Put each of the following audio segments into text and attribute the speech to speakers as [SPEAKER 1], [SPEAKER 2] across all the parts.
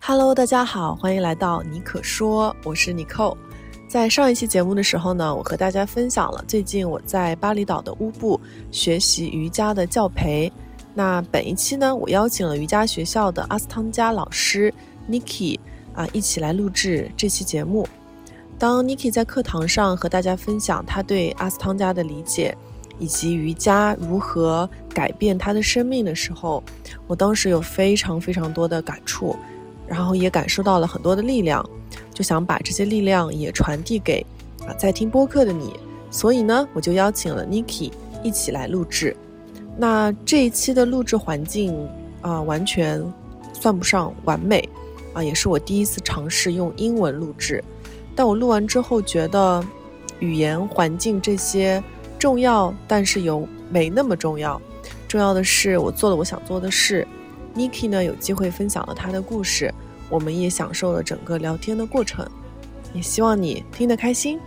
[SPEAKER 1] Hello，大家好，欢迎来到你可说，我是 Nicole。在上一期节目的时候呢，我和大家分享了最近我在巴厘岛的乌布学习瑜伽的教培。那本一期呢，我邀请了瑜伽学校的阿斯汤加老师 Niki 啊，一起来录制这期节目。当 Niki 在课堂上和大家分享他对阿斯汤加的理解，以及瑜伽如何改变他的生命的时候，我当时有非常非常多的感触。然后也感受到了很多的力量，就想把这些力量也传递给啊在听播客的你。所以呢，我就邀请了 Niki 一起来录制。那这一期的录制环境啊、完全算不上完美啊、也是我第一次尝试用英文录制。但我录完之后觉得，语言环境这些重要，但是又没那么重要。重要的是我做了我想做的事。Niki 呢有机会分享了他的故事，我们也享受了整个聊天的过程，也希望你听得开心。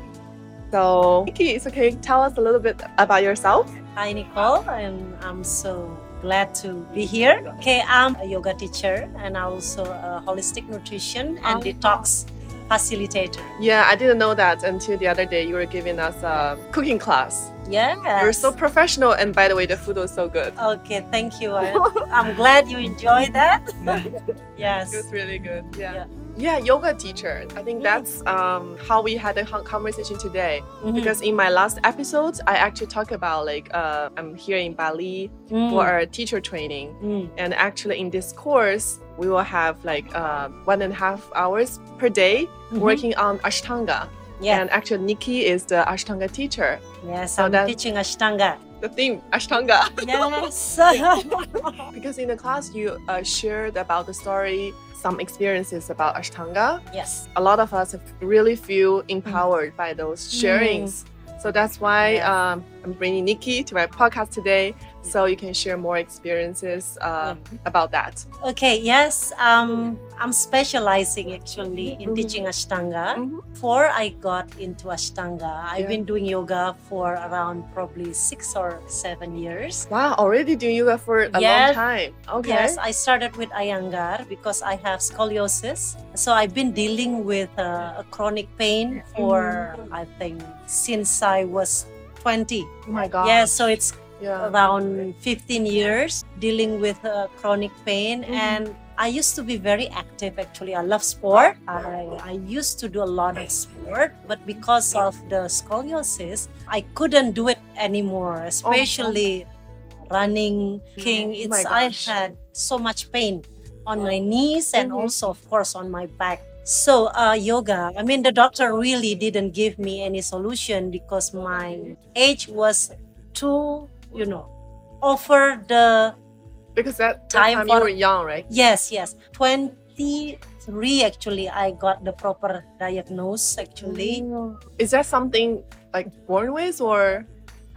[SPEAKER 1] So Niki, so can you tell us a little bit about yourself?
[SPEAKER 2] Hi, Nicole. I'm, I'm so glad to be here. Okay, I'm a yoga teacher and also a holistic nutrition and
[SPEAKER 1] Oh.
[SPEAKER 2] detox facilitator.
[SPEAKER 1] Yeah, I didn't know that until the other day you were giving us a cooking class.
[SPEAKER 2] Yeah.
[SPEAKER 1] You're so professional, and by the way, the food was so good.
[SPEAKER 2] Okay, thank you. I, I'm glad you enjoy that.
[SPEAKER 1] It was
[SPEAKER 2] yes.
[SPEAKER 1] really good. Yeah.
[SPEAKER 2] Yeah.
[SPEAKER 1] Yeah, yoga teacher. I think
[SPEAKER 2] Mm.
[SPEAKER 1] that's um, how we had a con- conversation today.
[SPEAKER 2] Mhm.
[SPEAKER 1] Because in my last episode, I actually talked about like uh, I'm here in Bali for
[SPEAKER 2] Mm,
[SPEAKER 1] our teacher training.
[SPEAKER 2] mm,
[SPEAKER 1] And actually, in this course, we will have like uh, one and a half hours per day
[SPEAKER 2] mhm.
[SPEAKER 1] working on Ashtanga.
[SPEAKER 2] Yeah.
[SPEAKER 1] And actually, Nikki is the Ashtanga teacher.
[SPEAKER 2] Yes,
[SPEAKER 1] so
[SPEAKER 2] I'm
[SPEAKER 1] that-
[SPEAKER 2] teaching Ashtanga.
[SPEAKER 1] The theme Ashtanga.
[SPEAKER 2] Yes.
[SPEAKER 1] because in the class, you uh, shared about the story, some experiences about Ashtanga.
[SPEAKER 2] yes.
[SPEAKER 1] A lot of us really feel empowered by those
[SPEAKER 2] Mm.
[SPEAKER 1] sharings. So that's why
[SPEAKER 2] Yes.
[SPEAKER 1] um, I'm bringing Nikki to my podcast today, so you can share more experiences
[SPEAKER 2] Mm.
[SPEAKER 1] uh, about that.
[SPEAKER 2] Okay, yes, um, I'm specializing actually in
[SPEAKER 1] Mhm.
[SPEAKER 2] teaching Ashtanga.
[SPEAKER 1] Mhm.
[SPEAKER 2] Before I got into Ashtanga, I've
[SPEAKER 1] Yeah.
[SPEAKER 2] been doing yoga for around probably six or seven years.
[SPEAKER 1] Wow, already doing yoga for a long
[SPEAKER 2] Yes.
[SPEAKER 1] time. Okay.
[SPEAKER 2] Yes, I started with Iyengar because I have scoliosis. So I've been dealing with uh, a chronic pain for,
[SPEAKER 1] Mm-hmm.
[SPEAKER 2] I think, since I was 20.
[SPEAKER 1] Oh my god.
[SPEAKER 2] Yes, so it's
[SPEAKER 1] Yeah.
[SPEAKER 2] around 15 years dealing with uh, chronic pain
[SPEAKER 1] Mhm.
[SPEAKER 2] and i used to be very active actually i love sport I, I used to do a lot of sport but because of the scoliosis i couldn't do it anymore especially running
[SPEAKER 1] Oh
[SPEAKER 2] king
[SPEAKER 1] my
[SPEAKER 2] it's i
[SPEAKER 1] gosh.
[SPEAKER 2] had so much pain on my knees and
[SPEAKER 1] Mhm.
[SPEAKER 2] also of course on my back so uh, yoga i mean the doctor really didn't give me any solution because my age was too you know offer the
[SPEAKER 1] Because that, that time
[SPEAKER 2] Time
[SPEAKER 1] you
[SPEAKER 2] for-
[SPEAKER 1] were young, right?
[SPEAKER 2] yes yes 23 actually i got the proper diagnosis
[SPEAKER 1] Mm.
[SPEAKER 2] actually
[SPEAKER 1] Is that something like born with or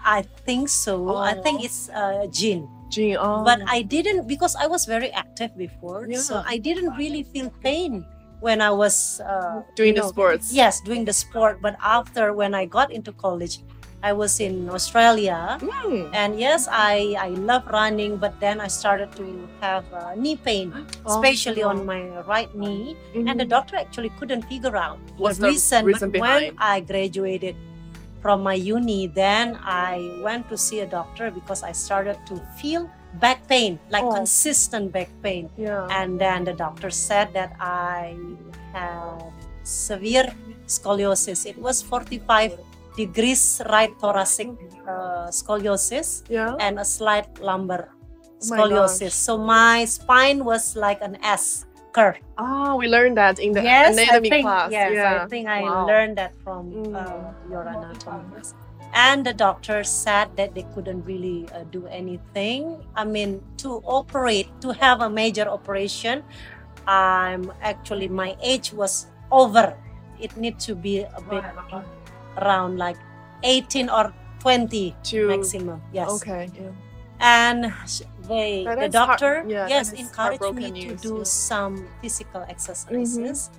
[SPEAKER 2] i think so i
[SPEAKER 1] Oh.
[SPEAKER 2] think it's uh, gene
[SPEAKER 1] gene? Oh.
[SPEAKER 2] but i didn't because i was very active before
[SPEAKER 1] Yeah.
[SPEAKER 2] so i didn't really feel pain when i was uh,
[SPEAKER 1] doing the
[SPEAKER 2] no.
[SPEAKER 1] sports.
[SPEAKER 2] yes doing the sport but after when i got into college i was in australia
[SPEAKER 1] Mm.
[SPEAKER 2] and yes i i love running but then i started to have uh, knee pain
[SPEAKER 1] Oh.
[SPEAKER 2] especially on my right knee
[SPEAKER 1] Mm-hmm.
[SPEAKER 2] and the doctor actually couldn't figure out
[SPEAKER 1] What's the
[SPEAKER 2] the reason,
[SPEAKER 1] reason
[SPEAKER 2] but
[SPEAKER 1] behind?
[SPEAKER 2] when i graduated from my uni then i went to see a doctor because i started to feel back pain like
[SPEAKER 1] Oh.
[SPEAKER 2] consistent back pain
[SPEAKER 1] Yeah.
[SPEAKER 2] and then the doctor said that i have severe scoliosis it was 45 degrees right thoracic uh, scoliosis
[SPEAKER 1] yeah.
[SPEAKER 2] and a slight lumbar
[SPEAKER 1] Oh my gosh.
[SPEAKER 2] scoliosis. so my spine was like an S curve.
[SPEAKER 1] Ah, we learned that in the anatomy
[SPEAKER 2] I think,
[SPEAKER 1] class.
[SPEAKER 2] Yes,
[SPEAKER 1] yeah.
[SPEAKER 2] I think I
[SPEAKER 1] Wow.
[SPEAKER 2] learned that from
[SPEAKER 1] Mm.
[SPEAKER 2] uh, your anatomist. And the doctor said that they couldn't really uh, do anything. I mean, to operate, to have a major operation, I'm actually my age was over. It need to be a bit around like 18 or 20
[SPEAKER 1] to
[SPEAKER 2] maximum. Yes
[SPEAKER 1] okay. Yeah.
[SPEAKER 2] and sh- they
[SPEAKER 1] That
[SPEAKER 2] the
[SPEAKER 1] is heart-
[SPEAKER 2] doctor
[SPEAKER 1] yeah, that
[SPEAKER 2] yes
[SPEAKER 1] is
[SPEAKER 2] encouraged me
[SPEAKER 1] heartbroken news,
[SPEAKER 2] to do
[SPEAKER 1] yeah. Mm-hmm.
[SPEAKER 2] some physical exercises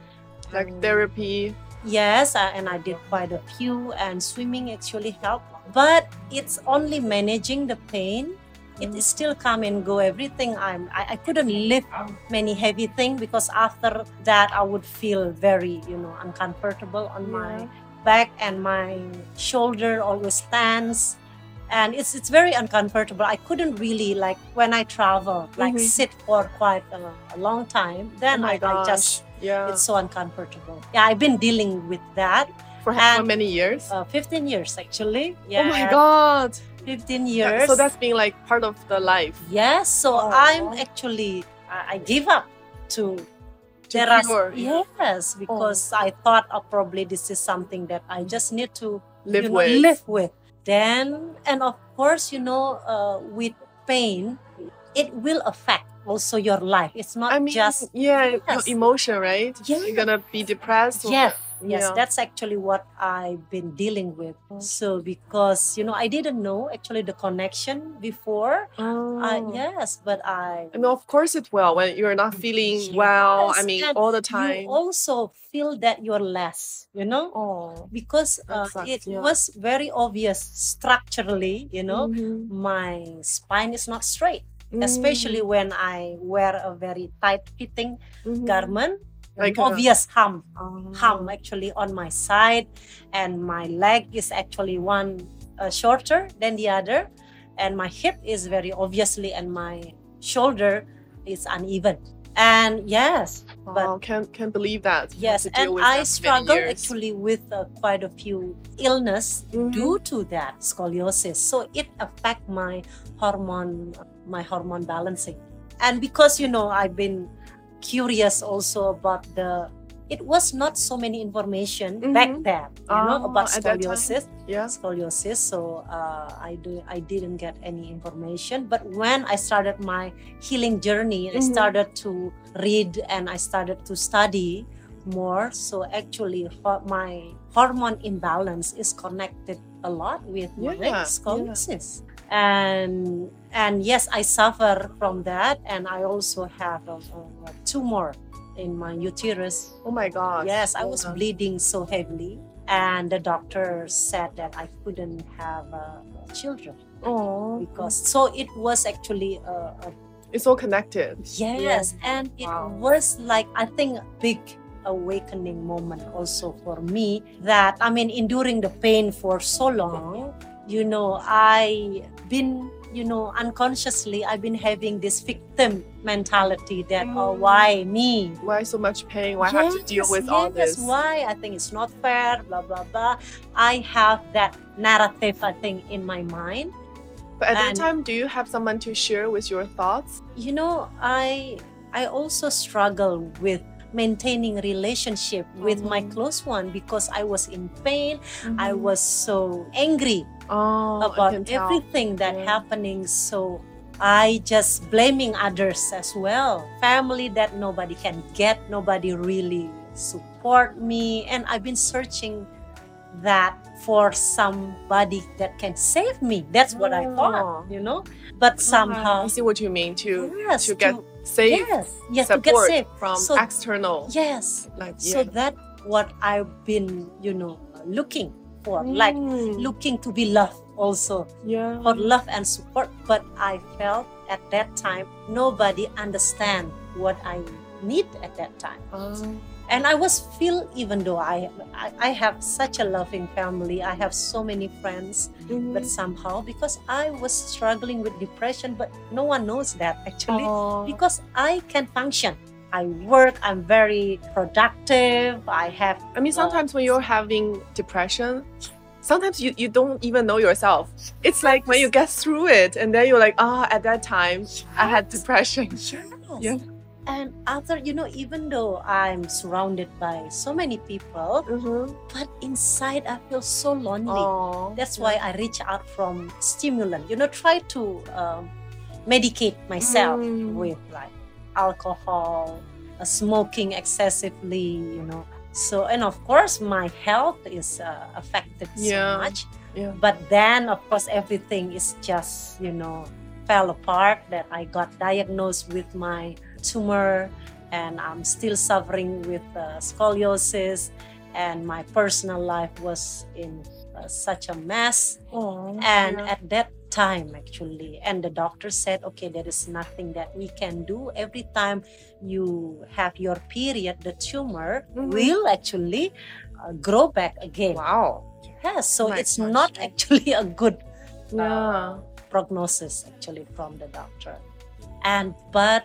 [SPEAKER 1] Like
[SPEAKER 2] Um,
[SPEAKER 1] therapy.
[SPEAKER 2] yes I, and i did quite a few and swimming actually helped but it's only managing the pain It is still come and go. Everything I'm, I, I couldn't lift many heavy thing because after that I would feel very, you know, uncomfortable on my back and my shoulder always stands, and it's it's very uncomfortable. I couldn't really like when I travel,
[SPEAKER 3] Mhm.
[SPEAKER 2] like sit for quite a, a long time.
[SPEAKER 3] Oh
[SPEAKER 2] Then
[SPEAKER 1] Oh
[SPEAKER 2] I, I just
[SPEAKER 3] yeah.
[SPEAKER 2] it's so uncomfortable. Yeah, I've been dealing with that
[SPEAKER 3] for how
[SPEAKER 2] and-
[SPEAKER 3] many years?
[SPEAKER 2] uh, 15 years actually.
[SPEAKER 3] oh
[SPEAKER 2] Yeah.
[SPEAKER 3] my god.
[SPEAKER 2] 15
[SPEAKER 3] Yeah,
[SPEAKER 2] years.
[SPEAKER 3] So that's been like part of the life.
[SPEAKER 2] yes. So
[SPEAKER 3] Oh.
[SPEAKER 2] I'm actually I, I give up to
[SPEAKER 3] To
[SPEAKER 2] there are-
[SPEAKER 3] cure. Oh.
[SPEAKER 2] yes because I thought uh, probably this is something that I just need to
[SPEAKER 3] Live
[SPEAKER 2] you know,
[SPEAKER 3] with.
[SPEAKER 2] live with. Then and of course you know uh, with pain it will affect also your life. It's not
[SPEAKER 3] I mean,
[SPEAKER 2] just
[SPEAKER 3] yeah,
[SPEAKER 2] Yes.
[SPEAKER 3] your emotion, right?
[SPEAKER 2] Yeah.
[SPEAKER 3] You're gonna be depressed. or-
[SPEAKER 2] yes. Yes,
[SPEAKER 3] Yeah.
[SPEAKER 2] that's actually what I've been dealing with.
[SPEAKER 3] Mm.
[SPEAKER 2] So because you know I didn't know actually the connection before.
[SPEAKER 3] Oh.
[SPEAKER 2] Uh, yes, but I
[SPEAKER 3] I mean, of course it will when you're not feeling
[SPEAKER 2] Yes,
[SPEAKER 3] well. I mean,
[SPEAKER 2] and
[SPEAKER 3] all the
[SPEAKER 2] you
[SPEAKER 3] time.
[SPEAKER 2] also feel that you're less, you know,
[SPEAKER 3] oh,
[SPEAKER 2] because uh,
[SPEAKER 3] That sucks,
[SPEAKER 2] it
[SPEAKER 3] yeah. Mm.
[SPEAKER 2] was very obvious structurally, you know,
[SPEAKER 3] Mm-hmm.
[SPEAKER 2] my spine is not straight, especially when I wear a very tight fitting garment. an
[SPEAKER 3] Like Mm. a-
[SPEAKER 2] obvious hum,
[SPEAKER 3] Mm-hmm. Oh.
[SPEAKER 2] hum actually on my side, and my leg is actually one uh, shorter than the other, and my hip is very obviously, and my shoulder is uneven. And yes, but-
[SPEAKER 3] Wow, Oh, can't can't believe that. You have
[SPEAKER 2] Yes,
[SPEAKER 3] to deal
[SPEAKER 2] and
[SPEAKER 3] with
[SPEAKER 2] I
[SPEAKER 3] that for many
[SPEAKER 2] struggle
[SPEAKER 3] years.
[SPEAKER 2] actually with uh, quite a few illness
[SPEAKER 3] Mhm.
[SPEAKER 2] due to that scoliosis. So it affect my hormone, my hormone balancing, and because you know I've been curious also about the. It was not so many information back
[SPEAKER 3] Mhm.
[SPEAKER 2] then, you know,
[SPEAKER 3] Oh,
[SPEAKER 2] about
[SPEAKER 3] at that time?
[SPEAKER 2] scoliosis.
[SPEAKER 3] Yeah.
[SPEAKER 2] Scoliosis. So uh, I do. I didn't get any information. But when I started my healing journey, I
[SPEAKER 3] Mhm.
[SPEAKER 2] started to read and I started to study more. So actually, ho- my hormone imbalance is connected a lot with my
[SPEAKER 3] Yeah,
[SPEAKER 2] scoliosis. And and yes, I suffer from that, and I also have uh, a, a a tumor in my uterus
[SPEAKER 3] Oh my god.
[SPEAKER 2] Yes, I was
[SPEAKER 3] Yeah.
[SPEAKER 2] bleeding so heavily, and the doctor said that I couldn't have uh, children
[SPEAKER 3] Oh.
[SPEAKER 2] because so it was actually a, a
[SPEAKER 3] it's all connected.
[SPEAKER 2] yes, and it
[SPEAKER 3] Wow.
[SPEAKER 2] was like I think a big awakening moment also for me that I mean enduring the pain for so long, you know, I been you know unconsciously I've been having this victim mentality that oh
[SPEAKER 3] Mm.
[SPEAKER 2] why me
[SPEAKER 3] Why so much pain? Why have to deal
[SPEAKER 2] Yes,
[SPEAKER 3] with all
[SPEAKER 2] yes,
[SPEAKER 3] this?
[SPEAKER 2] why I think it's not fair, blah blah blah. I have that narrative I think in my mind.
[SPEAKER 3] But at that
[SPEAKER 2] And-
[SPEAKER 3] time, do you have someone to share with your thoughts?
[SPEAKER 2] You know, I I also struggle with maintaining relationship with my
[SPEAKER 3] Mhm.
[SPEAKER 2] close one because I was in pain. I
[SPEAKER 3] Mm-hmm.
[SPEAKER 2] was so angry
[SPEAKER 3] oh, I
[SPEAKER 2] about
[SPEAKER 3] can tell.
[SPEAKER 2] everything that
[SPEAKER 3] Yeah.
[SPEAKER 2] happening. So I just blaming others as well. Family that nobody can get, nobody really support me, and I've been searching that for somebody that can save me. That's what I
[SPEAKER 3] Oh.
[SPEAKER 2] thought, you know.
[SPEAKER 3] I
[SPEAKER 2] But somehow,
[SPEAKER 3] see what you mean to
[SPEAKER 2] yes,
[SPEAKER 3] to get safe
[SPEAKER 2] yes, yes, to
[SPEAKER 3] support
[SPEAKER 2] get saved.
[SPEAKER 3] from
[SPEAKER 2] So-
[SPEAKER 3] external.
[SPEAKER 2] Yes.
[SPEAKER 3] Like
[SPEAKER 2] So that what I've been, you know, looking for, like
[SPEAKER 3] look
[SPEAKER 2] looking to be loved also
[SPEAKER 3] Mm. yeah.
[SPEAKER 2] for love and support but i felt at that time nobody understand what i need at that time
[SPEAKER 3] Oh.
[SPEAKER 2] and i was feel even though I, I i have such a loving family i have so many friends
[SPEAKER 3] Mhm.
[SPEAKER 2] but somehow because i was struggling with depression but no one knows that actually
[SPEAKER 3] Oh.
[SPEAKER 2] because i can function i work i'm very productive i have
[SPEAKER 3] I mean, sometimes when you're having depression, sometimes you, you don't even know yourself. It's like when you get through it, and then you're like, ah, at that time, I had depression.
[SPEAKER 2] Yes.
[SPEAKER 3] Yeah.
[SPEAKER 2] And after, you know, even though I'm surrounded by so many people,
[SPEAKER 3] Mm-hmm.
[SPEAKER 2] but inside I feel so lonely.
[SPEAKER 3] Oh.
[SPEAKER 2] That's why I reach out from stimulant. You know, try to um, medicate myself
[SPEAKER 3] Mm.
[SPEAKER 2] with like alcohol, uh, smoking excessively. You know, so and of course my health is uh, affected
[SPEAKER 3] Yeah.
[SPEAKER 2] so much.
[SPEAKER 3] Yeah.
[SPEAKER 2] But then of course everything is just you know fell apart. That I got diagnosed with my tumor, and I'm still suffering with uh, scoliosis. And my personal life was in uh, such a mess.
[SPEAKER 3] Oh.
[SPEAKER 2] And
[SPEAKER 3] yeah.
[SPEAKER 2] at that time actually and the doctor said okay there is nothing that we can do every time you have your period the tumor
[SPEAKER 3] Mm-hmm.
[SPEAKER 1] Mhm.
[SPEAKER 2] will actually uh, grow back again
[SPEAKER 1] Wow.
[SPEAKER 2] yes
[SPEAKER 3] Oh
[SPEAKER 2] so
[SPEAKER 3] My
[SPEAKER 2] it's
[SPEAKER 3] gosh.
[SPEAKER 2] not actually a good Uh,
[SPEAKER 1] Yeah.
[SPEAKER 2] prognosis actually from the doctor and but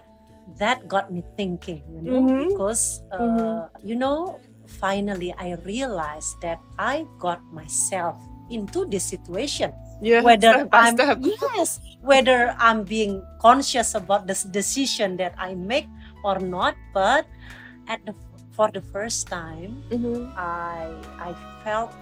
[SPEAKER 2] that got me thinking you know
[SPEAKER 1] Mhm.
[SPEAKER 2] because uh,
[SPEAKER 1] Mhm.
[SPEAKER 2] you know finally i realized that i got myself into this situation
[SPEAKER 1] Yeah.
[SPEAKER 2] whether
[SPEAKER 1] step by
[SPEAKER 2] I'm
[SPEAKER 1] step.
[SPEAKER 2] yes, whether I'm being conscious about this decision that I make or not. But at the for the first time,
[SPEAKER 3] Mm-hmm.
[SPEAKER 1] Mhm.
[SPEAKER 2] I I felt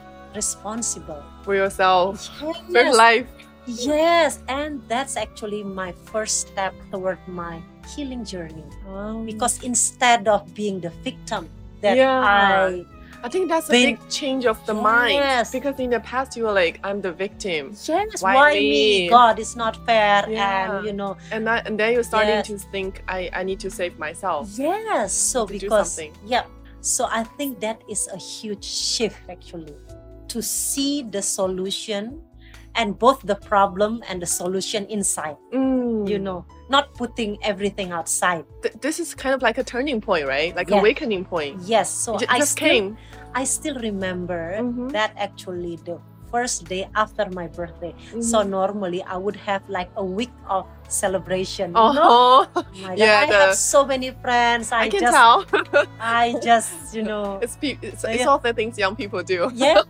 [SPEAKER 2] responsible.
[SPEAKER 1] For yourself. For
[SPEAKER 2] Yes,
[SPEAKER 1] life.
[SPEAKER 2] yes, and that's actually my first step toward my healing journey.
[SPEAKER 1] Um,
[SPEAKER 2] Because instead of being the victim that
[SPEAKER 1] Yeah.
[SPEAKER 2] I
[SPEAKER 1] I think that's a
[SPEAKER 2] Been-
[SPEAKER 1] big change of the mind.
[SPEAKER 2] Yes.
[SPEAKER 1] Because in the past you were like, I'm the victim.
[SPEAKER 2] yes,
[SPEAKER 1] Why
[SPEAKER 2] why,
[SPEAKER 1] me?
[SPEAKER 2] me? God, it's not fair,
[SPEAKER 1] Yeah.
[SPEAKER 2] and you know,
[SPEAKER 1] And that and then you're starting
[SPEAKER 2] Yes.
[SPEAKER 1] to think I, I need to save myself.
[SPEAKER 2] Yes,
[SPEAKER 1] to
[SPEAKER 2] so
[SPEAKER 1] do
[SPEAKER 2] because
[SPEAKER 1] something.
[SPEAKER 2] yeah, so I think that is a huge shift actually to see the solution and both the problem and the solution inside.
[SPEAKER 1] Mm.
[SPEAKER 2] You know, not putting everything outside.
[SPEAKER 1] Th- this is kind of like a turning point, right? Like
[SPEAKER 2] Yeah.
[SPEAKER 1] awakening point.
[SPEAKER 2] Yes, so
[SPEAKER 1] It ju-
[SPEAKER 2] I
[SPEAKER 1] just
[SPEAKER 2] still,
[SPEAKER 1] came.
[SPEAKER 2] I still remember
[SPEAKER 1] Mhm.
[SPEAKER 2] that actually the first day after my birthday. So
[SPEAKER 1] Mhm.
[SPEAKER 2] normally I would have like a week of celebration. you know?
[SPEAKER 1] Uh-huh.
[SPEAKER 2] My God,
[SPEAKER 1] yeah,
[SPEAKER 2] I have
[SPEAKER 1] the-
[SPEAKER 2] so many friends.
[SPEAKER 1] I
[SPEAKER 2] I,
[SPEAKER 1] can
[SPEAKER 2] just,
[SPEAKER 1] tell.
[SPEAKER 2] I just, you know,
[SPEAKER 1] It's, pe- it's,
[SPEAKER 2] Oh,
[SPEAKER 1] it's
[SPEAKER 2] yeah.
[SPEAKER 1] all the things young people do.
[SPEAKER 2] yeah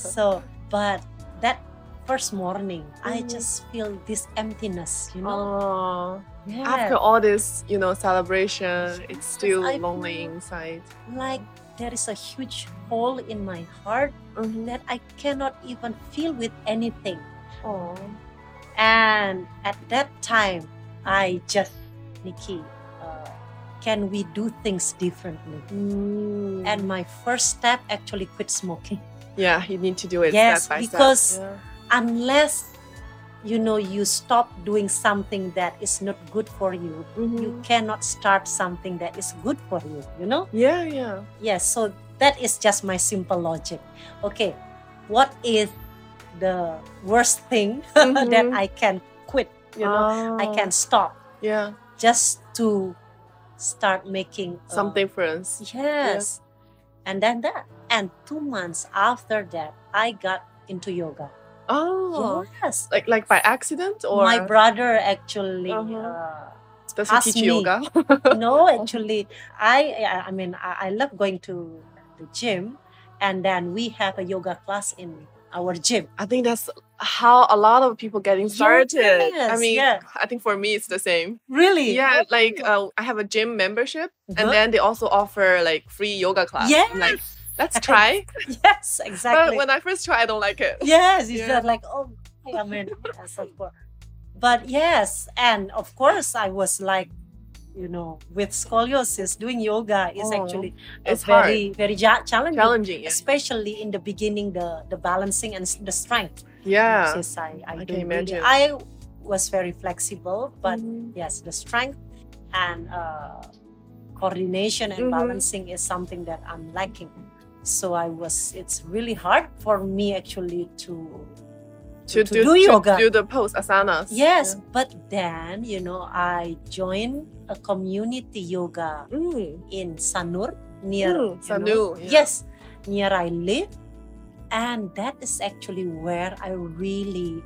[SPEAKER 2] so but that first morning i
[SPEAKER 1] Mhm.
[SPEAKER 2] just feel this emptiness you know
[SPEAKER 1] Oh,
[SPEAKER 2] Yeah.
[SPEAKER 1] after all this, you know, celebration, it's still
[SPEAKER 2] I
[SPEAKER 1] lonely
[SPEAKER 2] feel-
[SPEAKER 1] inside.
[SPEAKER 2] like there is a huge hole in my heart
[SPEAKER 1] Mhm.
[SPEAKER 2] that i cannot even feel with anything
[SPEAKER 1] Oh,
[SPEAKER 2] and at that time i just nikki uh, can we do things differently
[SPEAKER 1] Mm.
[SPEAKER 2] and my first step actually quit smoking
[SPEAKER 1] yeah, you need to do it
[SPEAKER 2] Yes,
[SPEAKER 1] step by step.
[SPEAKER 2] because-
[SPEAKER 1] Yeah.
[SPEAKER 2] unless you know you stop doing something that is not good for you you
[SPEAKER 1] Mhm.
[SPEAKER 2] cannot start something that is good for you you know
[SPEAKER 1] yeah, yeah.
[SPEAKER 2] yes so that is just my simple logic okay what is the worst thing that
[SPEAKER 1] Mhm.
[SPEAKER 2] i can quit you know i
[SPEAKER 1] Oh,
[SPEAKER 2] can stop
[SPEAKER 1] Yeah,
[SPEAKER 2] just to start making uh,
[SPEAKER 1] some difference.
[SPEAKER 2] yes and then that and two months after that i got into yoga
[SPEAKER 1] Oh,
[SPEAKER 2] yes
[SPEAKER 1] like like by accident or
[SPEAKER 2] my brother actually
[SPEAKER 1] Uh-huh.
[SPEAKER 2] uh,
[SPEAKER 1] does he
[SPEAKER 2] asked
[SPEAKER 1] teach
[SPEAKER 2] me.
[SPEAKER 1] yoga?
[SPEAKER 2] no actually i i I mean I, I love going to the gym and then we have a yoga class in our gym
[SPEAKER 1] I think that's how a lot of people getting started. I
[SPEAKER 2] Yes,
[SPEAKER 1] mean,
[SPEAKER 2] yeah.
[SPEAKER 1] I think for me it's the same.
[SPEAKER 2] really
[SPEAKER 1] Yeah, like uh, I have a gym membership, and
[SPEAKER 2] Good.
[SPEAKER 1] then they also offer like free yoga class. I'm like, let's try.
[SPEAKER 2] yes
[SPEAKER 1] But
[SPEAKER 2] exactly
[SPEAKER 1] when I first try, I don't like it.
[SPEAKER 2] yes it's
[SPEAKER 1] Yeah.
[SPEAKER 2] not like oh i mean yes, of course. but yes and of course i was like you know with scoliosis doing yoga is
[SPEAKER 1] Oh,
[SPEAKER 2] actually a
[SPEAKER 1] It's hard,
[SPEAKER 2] very very ja- challenging
[SPEAKER 1] challenging. Yeah,
[SPEAKER 2] especially in the beginning the the balancing and s- the strength
[SPEAKER 1] yeah.
[SPEAKER 2] Yes, I,
[SPEAKER 1] I can
[SPEAKER 2] I, do really-
[SPEAKER 1] imagine.
[SPEAKER 2] I was very flexible, but
[SPEAKER 1] Mhm.
[SPEAKER 2] yes, the strength and uh, coordination and
[SPEAKER 1] Mhm.
[SPEAKER 2] balancing is something that I'm lacking. So I was. It's really hard for me actually to.
[SPEAKER 1] to,
[SPEAKER 2] to
[SPEAKER 1] do,
[SPEAKER 2] do
[SPEAKER 1] to
[SPEAKER 2] yoga.
[SPEAKER 1] do the pose asanas.
[SPEAKER 2] Yes, but then you know I joined a community yoga
[SPEAKER 1] Yeah. Mm.
[SPEAKER 2] in Sanur near
[SPEAKER 1] Mm.
[SPEAKER 2] you know,
[SPEAKER 1] Sanu. yeah.
[SPEAKER 2] Yes, near I live. And that is actually where I really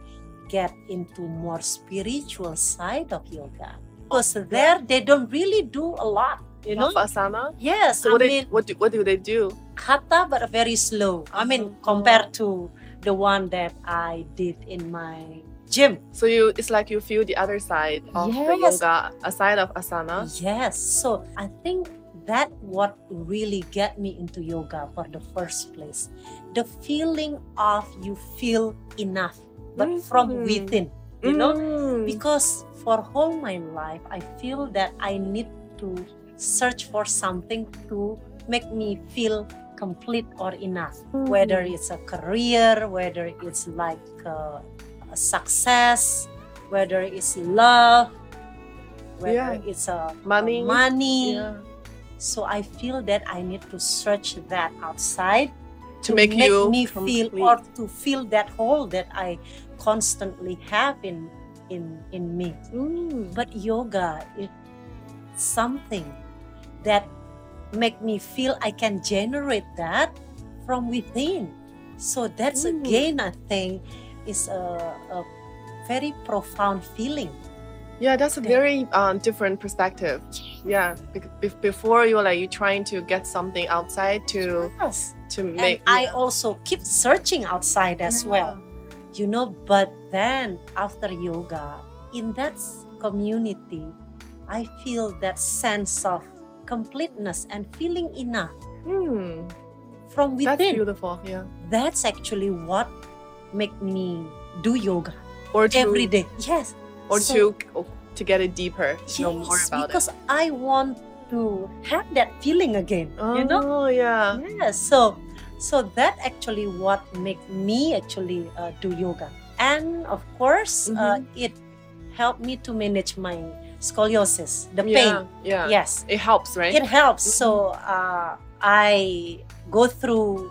[SPEAKER 2] get into more spiritual side of yoga. Because there they don't really do a lot, you know?
[SPEAKER 1] Love asana.
[SPEAKER 2] Yes,
[SPEAKER 1] So
[SPEAKER 2] I
[SPEAKER 1] what, they,
[SPEAKER 2] mean
[SPEAKER 1] what do what do they do?
[SPEAKER 2] hatha but very slow. I mean
[SPEAKER 1] Uh-huh.
[SPEAKER 2] compared to the one that I did in my gym.
[SPEAKER 1] So you it's like you feel the other side of the
[SPEAKER 2] Yes.
[SPEAKER 1] yoga, a side of asana.
[SPEAKER 2] Yes. So I think that what really get me into yoga for the first place. The feeling of you feel enough, but from
[SPEAKER 1] Mhm.
[SPEAKER 2] within, you know?
[SPEAKER 1] Mm.
[SPEAKER 2] Because for all my life I feel that I need to search for something to make me feel complete or enough.
[SPEAKER 1] Mm-hmm.
[SPEAKER 2] Whether it's a career, whether it's like uh, a success, whether it's love, whether it's a
[SPEAKER 1] money.
[SPEAKER 2] money.
[SPEAKER 1] Yeah.
[SPEAKER 2] So I feel that I need to search that outside
[SPEAKER 1] To make you
[SPEAKER 2] me feel
[SPEAKER 1] complete.
[SPEAKER 2] or to fill that hole that I constantly have in in in me.
[SPEAKER 1] Mm.
[SPEAKER 2] But yoga is something that make me feel I can generate that from within. So that's
[SPEAKER 1] Mm.
[SPEAKER 2] again I think is a, a very profound feeling.
[SPEAKER 1] Yeah, that's a
[SPEAKER 2] Yeah.
[SPEAKER 1] very um, different perspective. Yeah, bec- be- before you were like you trying to get something outside to
[SPEAKER 2] Yes.
[SPEAKER 1] to
[SPEAKER 2] And
[SPEAKER 1] make.
[SPEAKER 2] I also keep searching outside as well. You know, but then after yoga, in that s- community, I feel that sense of completeness and feeling enough
[SPEAKER 1] Hmm,
[SPEAKER 2] from
[SPEAKER 1] that's
[SPEAKER 2] within.
[SPEAKER 1] beautiful. Yeah,
[SPEAKER 2] That's actually what make me do yoga
[SPEAKER 1] or to
[SPEAKER 2] every day. Yes.
[SPEAKER 1] or
[SPEAKER 2] so-
[SPEAKER 1] to to get it deeper,
[SPEAKER 2] Yes,
[SPEAKER 1] to know more about
[SPEAKER 2] because I want to have that feeling again.
[SPEAKER 1] it. Oh,
[SPEAKER 2] You know?
[SPEAKER 1] yeah.
[SPEAKER 2] Yes. So, so that actually what make me actually uh, do yoga, and of course, uh,
[SPEAKER 1] Mm-hmm.
[SPEAKER 2] it helped me to manage my scoliosis, the
[SPEAKER 1] yeah,
[SPEAKER 2] pain.
[SPEAKER 1] yeah,
[SPEAKER 2] Yes,
[SPEAKER 1] It helps, right?
[SPEAKER 2] it helps.
[SPEAKER 1] Mhm.
[SPEAKER 2] So uh, I go through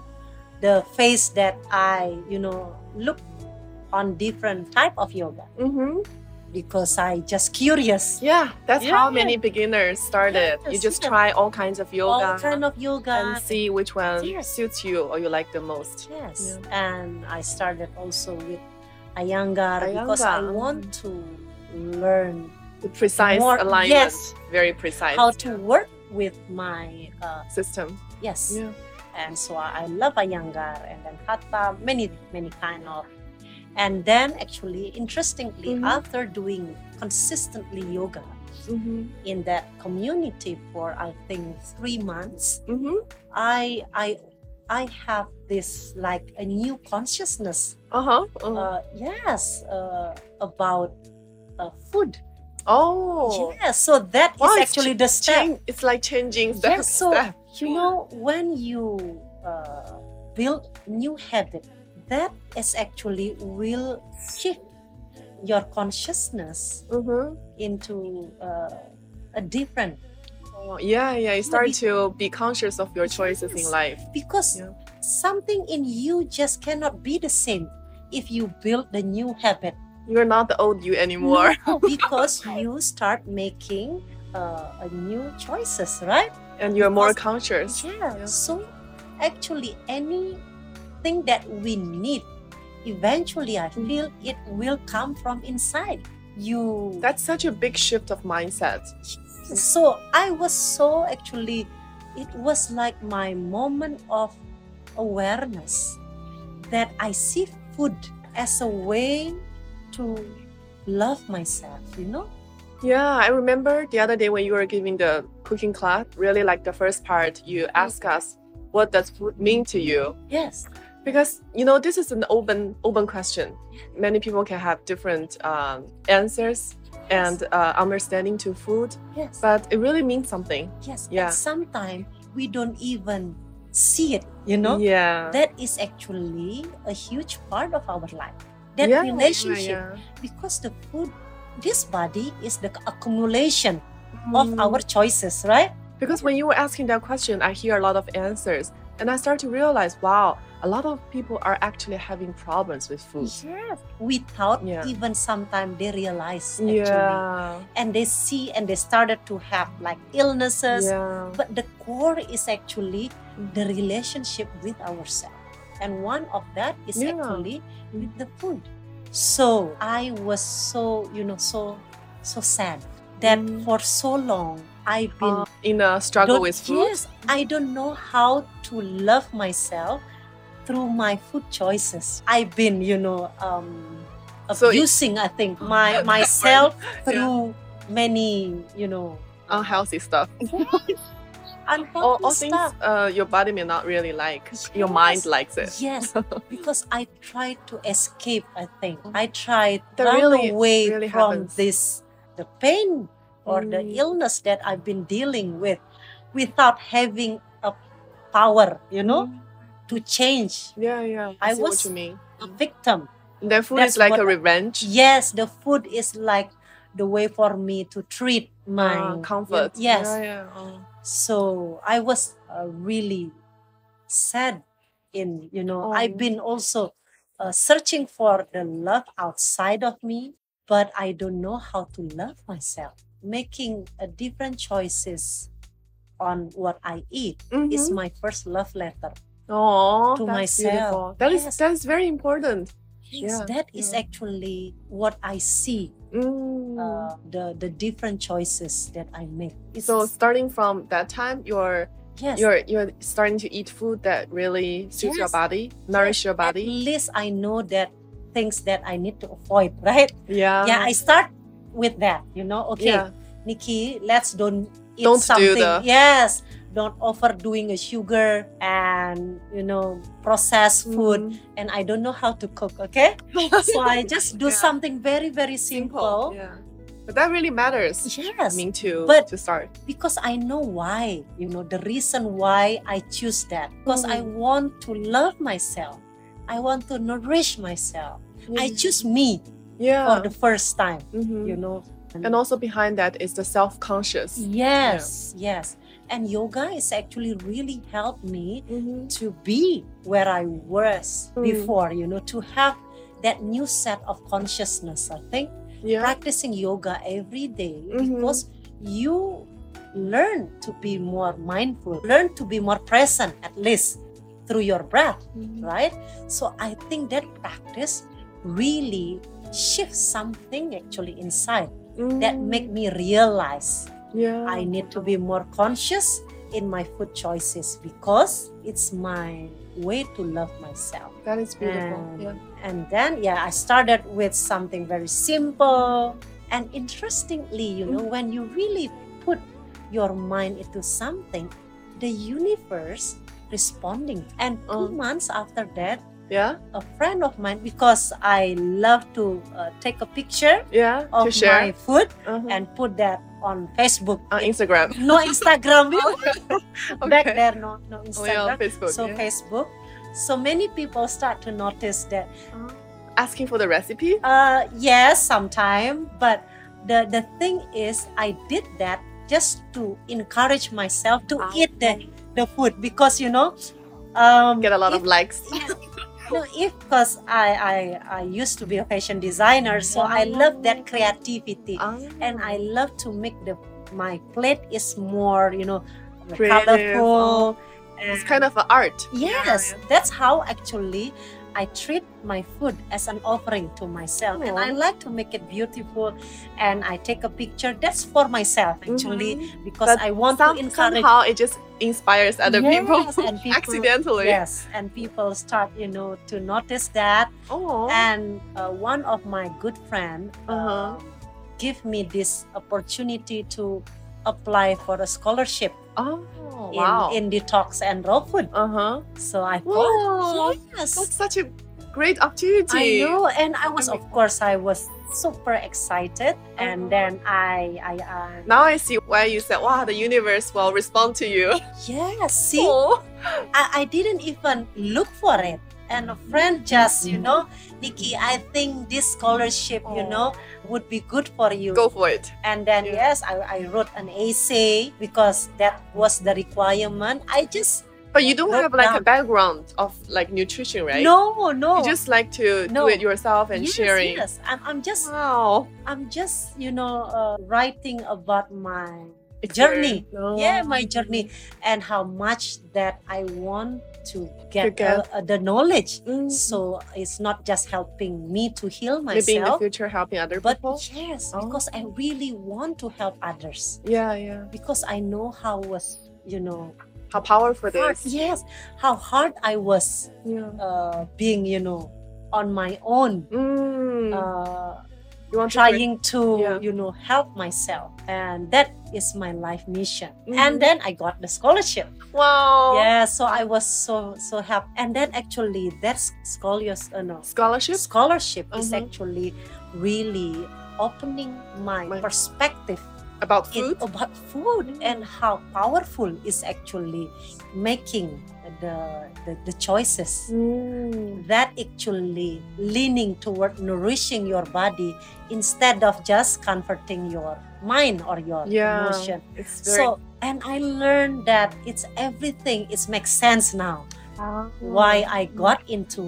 [SPEAKER 2] the phase that I, you know, look on different type of yoga
[SPEAKER 1] hmm
[SPEAKER 2] because I just curious.
[SPEAKER 1] Yeah, that's how
[SPEAKER 2] Yeah.
[SPEAKER 1] many beginners started. you
[SPEAKER 2] Yes,
[SPEAKER 1] just
[SPEAKER 2] yeah.
[SPEAKER 1] try all kinds of yoga
[SPEAKER 2] All kind of yoga.
[SPEAKER 1] and see which one
[SPEAKER 2] Yes.
[SPEAKER 1] suits you or you like the most.
[SPEAKER 2] Yes, and I started also with Iyengar because I
[SPEAKER 1] Iyengar,
[SPEAKER 2] want to learn
[SPEAKER 1] The precise
[SPEAKER 2] More-
[SPEAKER 1] alignment,
[SPEAKER 2] yes.
[SPEAKER 1] very precise
[SPEAKER 2] how to work with my uh,
[SPEAKER 1] system.
[SPEAKER 2] yes,
[SPEAKER 1] Yeah.
[SPEAKER 2] and so I I love Iyengar and then Hatha, many many kind of, and then actually interestingly
[SPEAKER 1] Mhm.
[SPEAKER 2] after doing consistently yoga
[SPEAKER 1] Mm-hmm.
[SPEAKER 2] in that community for I think three months,
[SPEAKER 1] Mm-hmm.
[SPEAKER 2] I I I have this like a new consciousness
[SPEAKER 1] Uh-huh. Uh,
[SPEAKER 2] uh, yes, uh, about uh, food.
[SPEAKER 1] oh,
[SPEAKER 2] Yes, so that is
[SPEAKER 1] Wow, it's
[SPEAKER 2] actually the step.
[SPEAKER 1] Chang- it's like changing step.
[SPEAKER 2] Yeah, so
[SPEAKER 1] step.
[SPEAKER 2] you know when you uh, build new habit, that is actually will shift your consciousness
[SPEAKER 1] Mm-hmm.
[SPEAKER 2] into uh, a different
[SPEAKER 1] Oh, yeah, yeah. You start
[SPEAKER 2] be-
[SPEAKER 1] to be conscious of your choices in
[SPEAKER 2] Yes.
[SPEAKER 1] life.
[SPEAKER 2] because
[SPEAKER 1] Yeah.
[SPEAKER 2] something in you just cannot be the same if you build the new habit.
[SPEAKER 1] You're not the old you anymore.
[SPEAKER 2] No, because you start making uh, a new choices, right?
[SPEAKER 1] And you're more
[SPEAKER 2] Because-
[SPEAKER 1] conscious.
[SPEAKER 2] Yeah. So actually, anything that we need, eventually, I
[SPEAKER 1] Mm.
[SPEAKER 2] feel it will come from inside you.
[SPEAKER 1] That's such a big shift of mindset.
[SPEAKER 2] so I was so actually, it was like my moment of awareness that I see food as a way to love myself. You know.
[SPEAKER 1] Yeah, I remember the other day when you were giving the cooking class, really like the first part, you asked us, what does food mean to you?
[SPEAKER 2] Yes.
[SPEAKER 1] Because, you know, this is an open open question. Many people can have different um, answers and uh, understanding to food,
[SPEAKER 2] Yes.
[SPEAKER 1] but it really means something.
[SPEAKER 2] Yes,
[SPEAKER 1] Yeah.
[SPEAKER 2] and sometimes we don't even see it, you know?
[SPEAKER 1] Yeah.
[SPEAKER 2] That is actually a huge part of our life. That
[SPEAKER 1] Yeah, yeah,
[SPEAKER 2] relationship,
[SPEAKER 1] yeah.
[SPEAKER 2] because the food, this body is the accumulation
[SPEAKER 1] Mm.
[SPEAKER 2] of our choices, right?
[SPEAKER 1] Because when you were asking that question, I hear a lot of answers. And I start to realize, wow, a lot of people are actually having problems with food.
[SPEAKER 2] Yes. Without
[SPEAKER 1] Mm. Yeah.
[SPEAKER 2] even sometimes they realize actually.
[SPEAKER 1] Yeah.
[SPEAKER 2] And they see and they started to have like illnesses.
[SPEAKER 1] yeah.
[SPEAKER 2] But the core is actually
[SPEAKER 1] Mhm.
[SPEAKER 2] the relationship with ourselves. And one of that is
[SPEAKER 1] Yeah.
[SPEAKER 2] actually with the food. So I was so, you know, so so sad that
[SPEAKER 1] Mm.
[SPEAKER 2] for so long I've been
[SPEAKER 1] Uh, in a struggle
[SPEAKER 2] don't-
[SPEAKER 1] with food.
[SPEAKER 2] Yes, I don't know how to love myself through my food choices. I've been, you know, um,
[SPEAKER 1] So it-
[SPEAKER 2] abusing. I think my
[SPEAKER 1] That's
[SPEAKER 2] myself
[SPEAKER 1] Yeah.
[SPEAKER 2] through many, you know,
[SPEAKER 1] Unhealthy stuff.
[SPEAKER 2] unhealthy
[SPEAKER 1] All, all things
[SPEAKER 2] stuff.
[SPEAKER 1] uh, your body may not really like. Your mind
[SPEAKER 2] Yes.
[SPEAKER 1] likes it.
[SPEAKER 2] Yes, because I tried to escape. I think I tried to
[SPEAKER 1] That
[SPEAKER 2] run
[SPEAKER 1] really-
[SPEAKER 2] away
[SPEAKER 1] really
[SPEAKER 2] from
[SPEAKER 1] happens.
[SPEAKER 2] this, the pain or the
[SPEAKER 1] Mm.
[SPEAKER 2] illness that I've been dealing with, without having a power, you know,
[SPEAKER 1] Mm.
[SPEAKER 2] to change.
[SPEAKER 1] Yeah, yeah. I,
[SPEAKER 2] I
[SPEAKER 1] see
[SPEAKER 2] was-
[SPEAKER 1] what you mean.
[SPEAKER 2] A victim.
[SPEAKER 1] And then food
[SPEAKER 2] that's
[SPEAKER 1] is like a
[SPEAKER 2] what-
[SPEAKER 1] revenge.
[SPEAKER 2] Yes, the food is like the way for me to treat my
[SPEAKER 1] uh, comfort.
[SPEAKER 2] Yes.
[SPEAKER 1] Yeah, yeah. Oh.
[SPEAKER 2] So I was uh, really sad. In you
[SPEAKER 1] Oh.
[SPEAKER 2] know, I've been also uh, searching for the love outside of me, but I don't know how to love myself. Making a different choices on what I eat is my first love letter.
[SPEAKER 1] Oh,
[SPEAKER 2] to
[SPEAKER 1] Mm-hmm. that's
[SPEAKER 2] myself.
[SPEAKER 1] beautiful. That is
[SPEAKER 2] Yes.
[SPEAKER 1] that is very important.
[SPEAKER 2] Yes,
[SPEAKER 1] Yeah,
[SPEAKER 2] that is
[SPEAKER 1] yeah.
[SPEAKER 2] actually what I see
[SPEAKER 1] Mm.
[SPEAKER 2] uh, the the different choices that I make. It's,
[SPEAKER 1] so starting from that time, you're
[SPEAKER 2] yes,
[SPEAKER 1] you're you're starting to eat food that really suits your
[SPEAKER 2] Yes.
[SPEAKER 1] body, nourish your
[SPEAKER 2] at
[SPEAKER 1] body.
[SPEAKER 2] least I know that things that I need to avoid, right?
[SPEAKER 1] Yeah.
[SPEAKER 2] yeah, I start with that. You know, okay,
[SPEAKER 1] Um, Yeah.
[SPEAKER 2] Nikki, let's don't eat
[SPEAKER 1] Don't do
[SPEAKER 2] something.
[SPEAKER 1] the-
[SPEAKER 2] Yes, don't overdoing a sugar and you know processed food.
[SPEAKER 1] Mm.
[SPEAKER 2] And I don't know how to cook. Okay, so I just do
[SPEAKER 1] Yeah.
[SPEAKER 2] something very very simple.
[SPEAKER 1] Yeah. But that really matters.
[SPEAKER 2] Yes,
[SPEAKER 1] I mean to
[SPEAKER 2] But-
[SPEAKER 1] to start.
[SPEAKER 2] because I know why. You know the reason why I choose that because I
[SPEAKER 1] Mm.
[SPEAKER 2] want to love myself. I want to nourish myself. I choose me
[SPEAKER 1] Mm. yeah.
[SPEAKER 2] for the first time.
[SPEAKER 1] Mhm.
[SPEAKER 2] You know,
[SPEAKER 1] And
[SPEAKER 2] Mm.
[SPEAKER 1] also behind that is the self-conscious.
[SPEAKER 2] Yes, yes. And yoga is actually really helped me
[SPEAKER 1] Mhm.
[SPEAKER 2] to be where I was
[SPEAKER 1] Mm.
[SPEAKER 2] before, you know, to have that new set of consciousness. I think
[SPEAKER 1] Yeah.
[SPEAKER 2] practicing yoga every day
[SPEAKER 1] Mhm.
[SPEAKER 2] because you learn to be more mindful, learn to be more present at least through your breath,
[SPEAKER 1] Mhm.
[SPEAKER 2] right? So I think that practice really shifts something actually inside that
[SPEAKER 1] Mm.
[SPEAKER 2] make me realize
[SPEAKER 1] yeah.
[SPEAKER 2] I need to be more conscious in my food choices because it's my way to love myself.
[SPEAKER 1] That is beautiful.
[SPEAKER 2] And,
[SPEAKER 1] yeah.
[SPEAKER 2] and then, yeah, I started with something very simple. And interestingly, you
[SPEAKER 1] Mm.
[SPEAKER 2] know, when you really put your mind into something, the universe responding. And two
[SPEAKER 1] Mm.
[SPEAKER 2] months after that,
[SPEAKER 1] Yeah.
[SPEAKER 2] a friend of mine, because I love to uh, take a picture
[SPEAKER 1] Yeah. to
[SPEAKER 2] of
[SPEAKER 1] share
[SPEAKER 2] my food
[SPEAKER 1] Uh-huh.
[SPEAKER 2] and put that on Facebook.
[SPEAKER 1] on Instagram.
[SPEAKER 2] no Instagram back
[SPEAKER 1] Okay.
[SPEAKER 2] there no no
[SPEAKER 1] Oh, yeah, on
[SPEAKER 2] Instagram
[SPEAKER 1] Facebook.
[SPEAKER 2] so
[SPEAKER 1] yeah.
[SPEAKER 2] Facebook so many people start to notice that
[SPEAKER 1] Asking for the recipe.
[SPEAKER 2] uh yes sometime but the the thing is I did that just to encourage myself to eat the, the food because you know um
[SPEAKER 1] Get a lot
[SPEAKER 2] if,
[SPEAKER 1] of likes.
[SPEAKER 2] no if because I, I I used to be a fashion designer so I love that creativity and I
[SPEAKER 1] Ah.
[SPEAKER 2] love to make the my plate is more you know
[SPEAKER 1] Creative. oh,
[SPEAKER 2] colorful.
[SPEAKER 1] It's kind of an art.
[SPEAKER 2] yes, that's how actually I treat my food as an offering to myself, and
[SPEAKER 1] Aw.
[SPEAKER 2] I like to make it beautiful. And I take a picture that's for myself actually
[SPEAKER 1] Mhm.
[SPEAKER 2] because
[SPEAKER 1] But
[SPEAKER 2] I want
[SPEAKER 1] Some-
[SPEAKER 2] to encourage.
[SPEAKER 1] somehow it just inspires other
[SPEAKER 2] Yes,
[SPEAKER 1] people,
[SPEAKER 2] and people-
[SPEAKER 1] accidentally.
[SPEAKER 2] Yes, and people start you know to notice that.
[SPEAKER 1] Oh.
[SPEAKER 2] And uh, one of my good friend uh,
[SPEAKER 1] Uh-huh.
[SPEAKER 2] give me this opportunity to apply for a scholarship
[SPEAKER 1] oh.
[SPEAKER 2] in-
[SPEAKER 1] Wow.
[SPEAKER 2] in, detox and raw food.
[SPEAKER 1] uh huh.
[SPEAKER 2] So I thought,
[SPEAKER 1] Wow. That's
[SPEAKER 2] yes,
[SPEAKER 1] such a great opportunity.
[SPEAKER 2] I know, and I was,
[SPEAKER 1] I
[SPEAKER 2] of course, I was super excited, and
[SPEAKER 1] Uh-huh.
[SPEAKER 2] then I, I, I
[SPEAKER 1] Now I see why you said, wow, the universe will respond to you.
[SPEAKER 2] yes, see,
[SPEAKER 1] Oh.
[SPEAKER 2] I, I didn't even look for it, and a friend just, you know, Nikki, I think this scholarship, you
[SPEAKER 1] Mm-hmm. Oh.
[SPEAKER 2] know, would be good for you.
[SPEAKER 1] Go for it.
[SPEAKER 2] And then
[SPEAKER 1] Yeah.
[SPEAKER 2] yes, I, I wrote an essay because that was the requirement. I just
[SPEAKER 1] But you don't
[SPEAKER 2] Look
[SPEAKER 1] have like a
[SPEAKER 2] down.
[SPEAKER 1] background of like nutrition, right?
[SPEAKER 2] no, no,
[SPEAKER 1] You just like to
[SPEAKER 2] No.
[SPEAKER 1] do it yourself and
[SPEAKER 2] yes,
[SPEAKER 1] sharing.
[SPEAKER 2] Yes, I'm, I'm just
[SPEAKER 1] Wow.
[SPEAKER 2] I'm just, you know, uh, writing about my
[SPEAKER 1] Experience.
[SPEAKER 2] journey.
[SPEAKER 1] Oh.
[SPEAKER 2] Yeah, my journey and how much that I want to get,
[SPEAKER 1] To get-
[SPEAKER 2] uh, uh, the knowledge.
[SPEAKER 1] Mm.
[SPEAKER 2] So it's not just helping me to heal
[SPEAKER 1] maybe in the
[SPEAKER 2] myself,
[SPEAKER 1] future helping other
[SPEAKER 2] but
[SPEAKER 1] people.
[SPEAKER 2] yes,
[SPEAKER 1] Oh.
[SPEAKER 2] because I really want to help others
[SPEAKER 1] Yeah, yeah.
[SPEAKER 2] because I know how was, you know,
[SPEAKER 1] How powerful
[SPEAKER 2] hard,
[SPEAKER 1] this.
[SPEAKER 2] yes, how hard I was
[SPEAKER 1] Yeah.
[SPEAKER 2] uh, being, you know, on my own.
[SPEAKER 1] Mm.
[SPEAKER 2] Uh,
[SPEAKER 1] you want
[SPEAKER 2] trying to
[SPEAKER 1] Yeah.
[SPEAKER 2] you know help myself and that is my life mission
[SPEAKER 1] Mhm.
[SPEAKER 2] and then i got the scholarship
[SPEAKER 1] to? Wow.
[SPEAKER 2] yeah so i was so so happy and then actually that scholarship uh, no,
[SPEAKER 1] Scholarship.
[SPEAKER 2] scholarship is
[SPEAKER 1] Mhm.
[SPEAKER 2] actually really opening my,
[SPEAKER 1] My-
[SPEAKER 2] perspective
[SPEAKER 1] about
[SPEAKER 2] in-
[SPEAKER 1] food. Mm.
[SPEAKER 2] about food and how powerful is actually making the the, the choices
[SPEAKER 1] Mm.
[SPEAKER 2] that actually leaning toward nourishing your body instead of just comforting your mind or your
[SPEAKER 1] Yeah.
[SPEAKER 2] emotion
[SPEAKER 1] It's very
[SPEAKER 2] so and i learned
[SPEAKER 1] Mm.
[SPEAKER 2] that it's everything it makes sense now why i got into